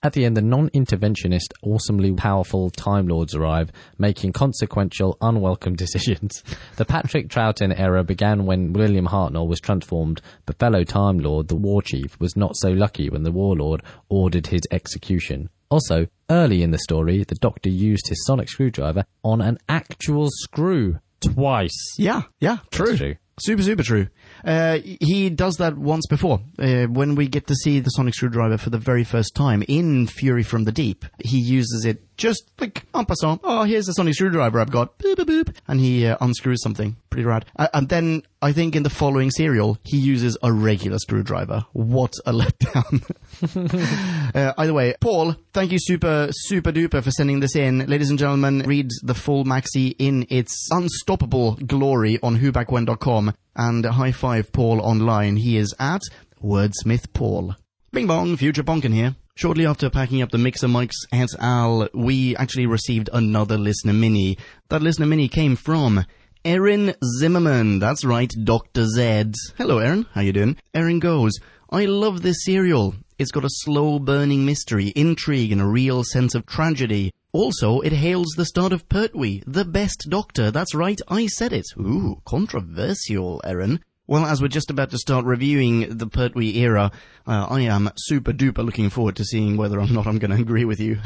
Speaker 2: At the end, the non interventionist, awesomely powerful Time Lords arrive, making consequential, unwelcome decisions. The Patrick Troughton era began when William Hartnell was transformed, but fellow Time Lord, the War Chief, was not so lucky when the Warlord ordered his execution. Also, early in the story, the Doctor used his sonic screwdriver on an actual screw twice.
Speaker 1: yeah, yeah, true.
Speaker 2: true.
Speaker 1: Super, super true. Uh, he does that once before. Uh, when we get to see the sonic screwdriver for the very first time in Fury from the Deep, he uses it just like en passant. Oh, here's the sonic screwdriver I've got. Boop, boop, boop. And he uh, unscrews something. Pretty rad. Uh, and then I think in the following serial, he uses a regular screwdriver. What a letdown. Uh, either way, Paul, thank you super, super duper for sending this in. Ladies and gentlemen, read the full maxi in its unstoppable glory on whobackwhen.com and high five Paul online. He is at Wordsmith Paul. Bing bong, future bonkin here. Shortly after packing up the mixer mics et al., we actually received another listener mini. That listener mini came from Erin Zimmerman. That's right, Dr. Z. Hello, Erin. How you doing? Erin goes, I love this serial. It's got a slow burning mystery, intrigue, and a real sense of tragedy. Also, it hails the start of Pertwee, the best doctor. That's right, I said it. Ooh, controversial, Erin. Well, as we're just about to start reviewing the Pertwee era, uh, I am super duper looking forward to seeing whether or not I'm going to agree with you.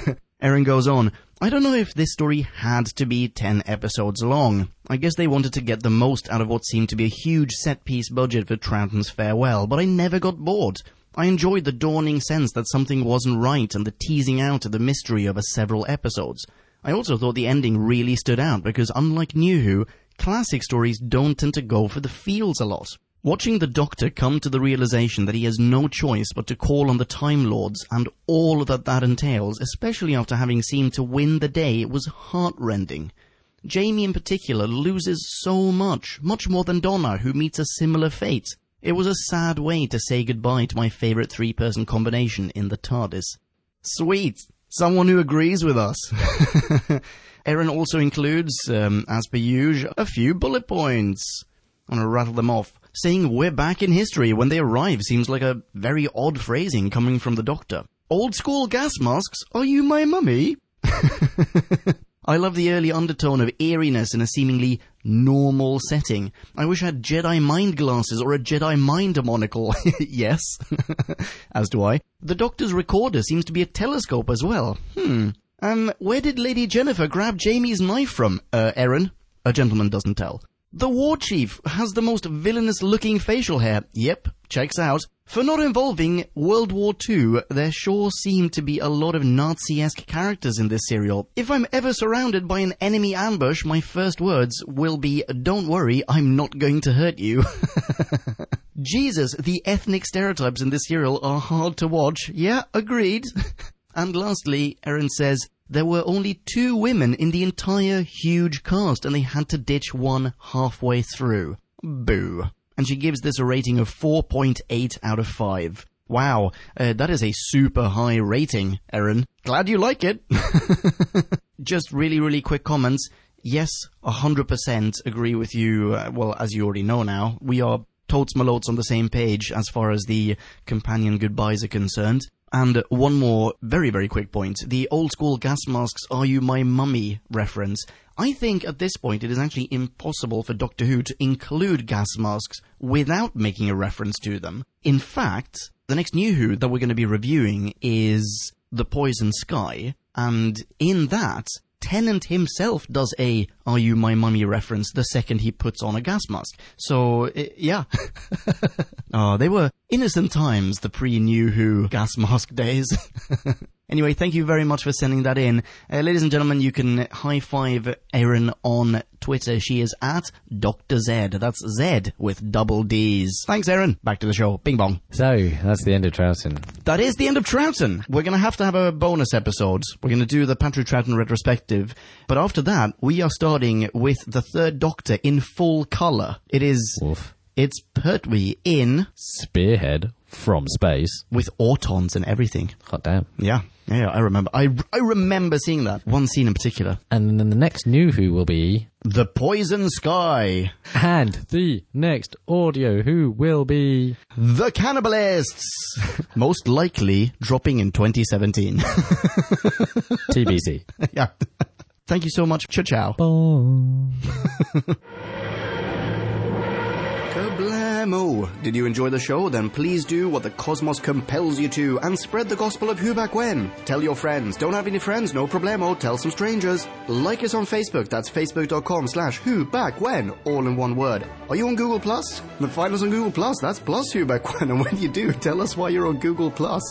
Speaker 1: Erin goes on, I don't know if this story had to be 10 episodes long. I guess they wanted to get the most out of what seemed to be a huge set piece budget for Troughton's farewell, but I never got bored. I enjoyed the dawning sense that something wasn't right and the teasing out of the mystery over several episodes. I also thought the ending really stood out because, unlike New Who, classic stories don't tend to go for the feels a lot. Watching the Doctor come to the realization that he has no choice but to call on the Time Lords and all that that entails, especially after having seemed to win the day, was heartrending. Jamie, in particular, loses so much, much more than Donna, who meets a similar fate. It was a sad way to say goodbye to my favorite three person combination in the TARDIS. Sweet. Someone who agrees with us. Erin also includes, um, as per usual, a few bullet points. I'm going to rattle them off. Saying we're back in history when they arrive seems like a very odd phrasing coming from the doctor. Old school gas masks, are you my mummy? I love the early undertone of eeriness in a seemingly normal setting. I wish I had Jedi mind glasses or a Jedi mind monocle. yes, as do I. The Doctor's recorder seems to be a telescope as well. Hmm. Um, where did Lady Jennifer grab Jamie's knife from? Uh, Erin? A gentleman doesn't tell. The War Chief has the most villainous looking facial hair. Yep, checks out. For not involving World War II, there sure seem to be a lot of Nazi esque characters in this serial. If I'm ever surrounded by an enemy ambush, my first words will be, Don't worry, I'm not going to hurt you. Jesus, the ethnic stereotypes in this serial are hard to watch. Yeah, agreed. and lastly, Erin says, there were only two women in the entire huge cast and they had to ditch one halfway through. Boo. And she gives this a rating of 4.8 out of 5. Wow, uh, that is a super high rating, Erin. Glad you like it. just really, really quick comments. Yes, 100% agree with you. Uh, well, as you already know now, we are totes malotes on the same page as far as the companion goodbyes are concerned. And one more very, very quick point. The old school gas masks, are you my mummy reference. I think at this point it is actually impossible for Doctor Who to include gas masks without making a reference to them. In fact, the next New Who that we're going to be reviewing is The Poison Sky, and in that, Tennant himself does a Are You My Mummy reference the second he puts on a gas mask. So, i yeah. oh, they were innocent times, the pre New Who gas mask days. Anyway, thank you very much for sending that in. Uh, ladies and gentlemen, you can high five Erin on Twitter. She is at Dr. Z. That's Z with double D's. Thanks, Erin. Back to the show. Bing bong.
Speaker 2: So that's the end of Troughton.
Speaker 1: That is the end of Troughton. We're going to have to have a bonus episode. We're going to do the Patrick Troughton retrospective. But after that, we are starting with the third Doctor in full colour. It is.
Speaker 2: Woof.
Speaker 1: It's Pertwee in
Speaker 2: Spearhead from space.
Speaker 1: with Autons and everything.
Speaker 2: Hot damn.
Speaker 1: Yeah. Yeah, yeah, I remember. I, I remember seeing that. One scene in particular.
Speaker 2: And then the next new Who will be,
Speaker 1: The Poison Sky.
Speaker 2: and the next audio Who will be.
Speaker 1: The Cannibalists. Most likely dropping in 2017.
Speaker 2: TBC.
Speaker 1: yeah. Thank you so much. Ciao, ciao. Kablamo! Did you enjoy the show? Then please do what the cosmos compels you to and spread the gospel of who back when. Tell your friends. Don't have any friends? No problemo. Tell some strangers. Like us on Facebook. That's facebook.com slash who back when. All in one word. Are you on Google Plus? Then find us on Google Plus. That's plus who back when. And when you do, tell us why you're on Google Plus.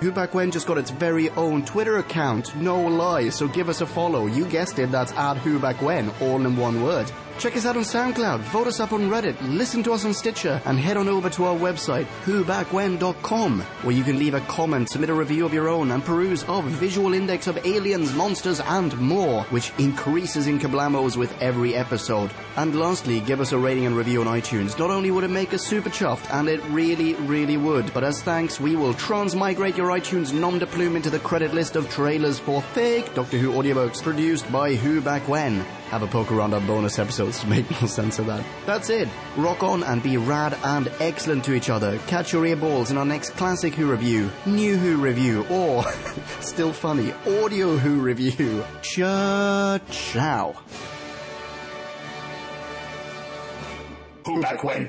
Speaker 1: Who Back When just got its very own Twitter account, no lie, so give us a follow. You guessed it, that's at Who Back When, all in one word. Check us out on SoundCloud, vote us up on Reddit, listen to us on Stitcher, and head on over to our website, whobackwhen.com, where you can leave a comment, submit a review of your own, and peruse our visual index of aliens, monsters, and more, which increases in kablamos with every episode. And lastly, give us a rating and review on iTunes. Not only would it make us super chuffed, and it really, really would, but as thanks, we will transmigrate your iTunes nom de plume into the credit list of trailers for fake Doctor Who audiobooks produced by Who Back When. Have a poke around our bonus episodes to make more sense of that. That's it. Rock on and be rad and excellent to each other. Catch your ear balls in our next Classic Who review, New Who review, or, still funny, Audio Who review. Cha ciao.
Speaker 3: Who back when?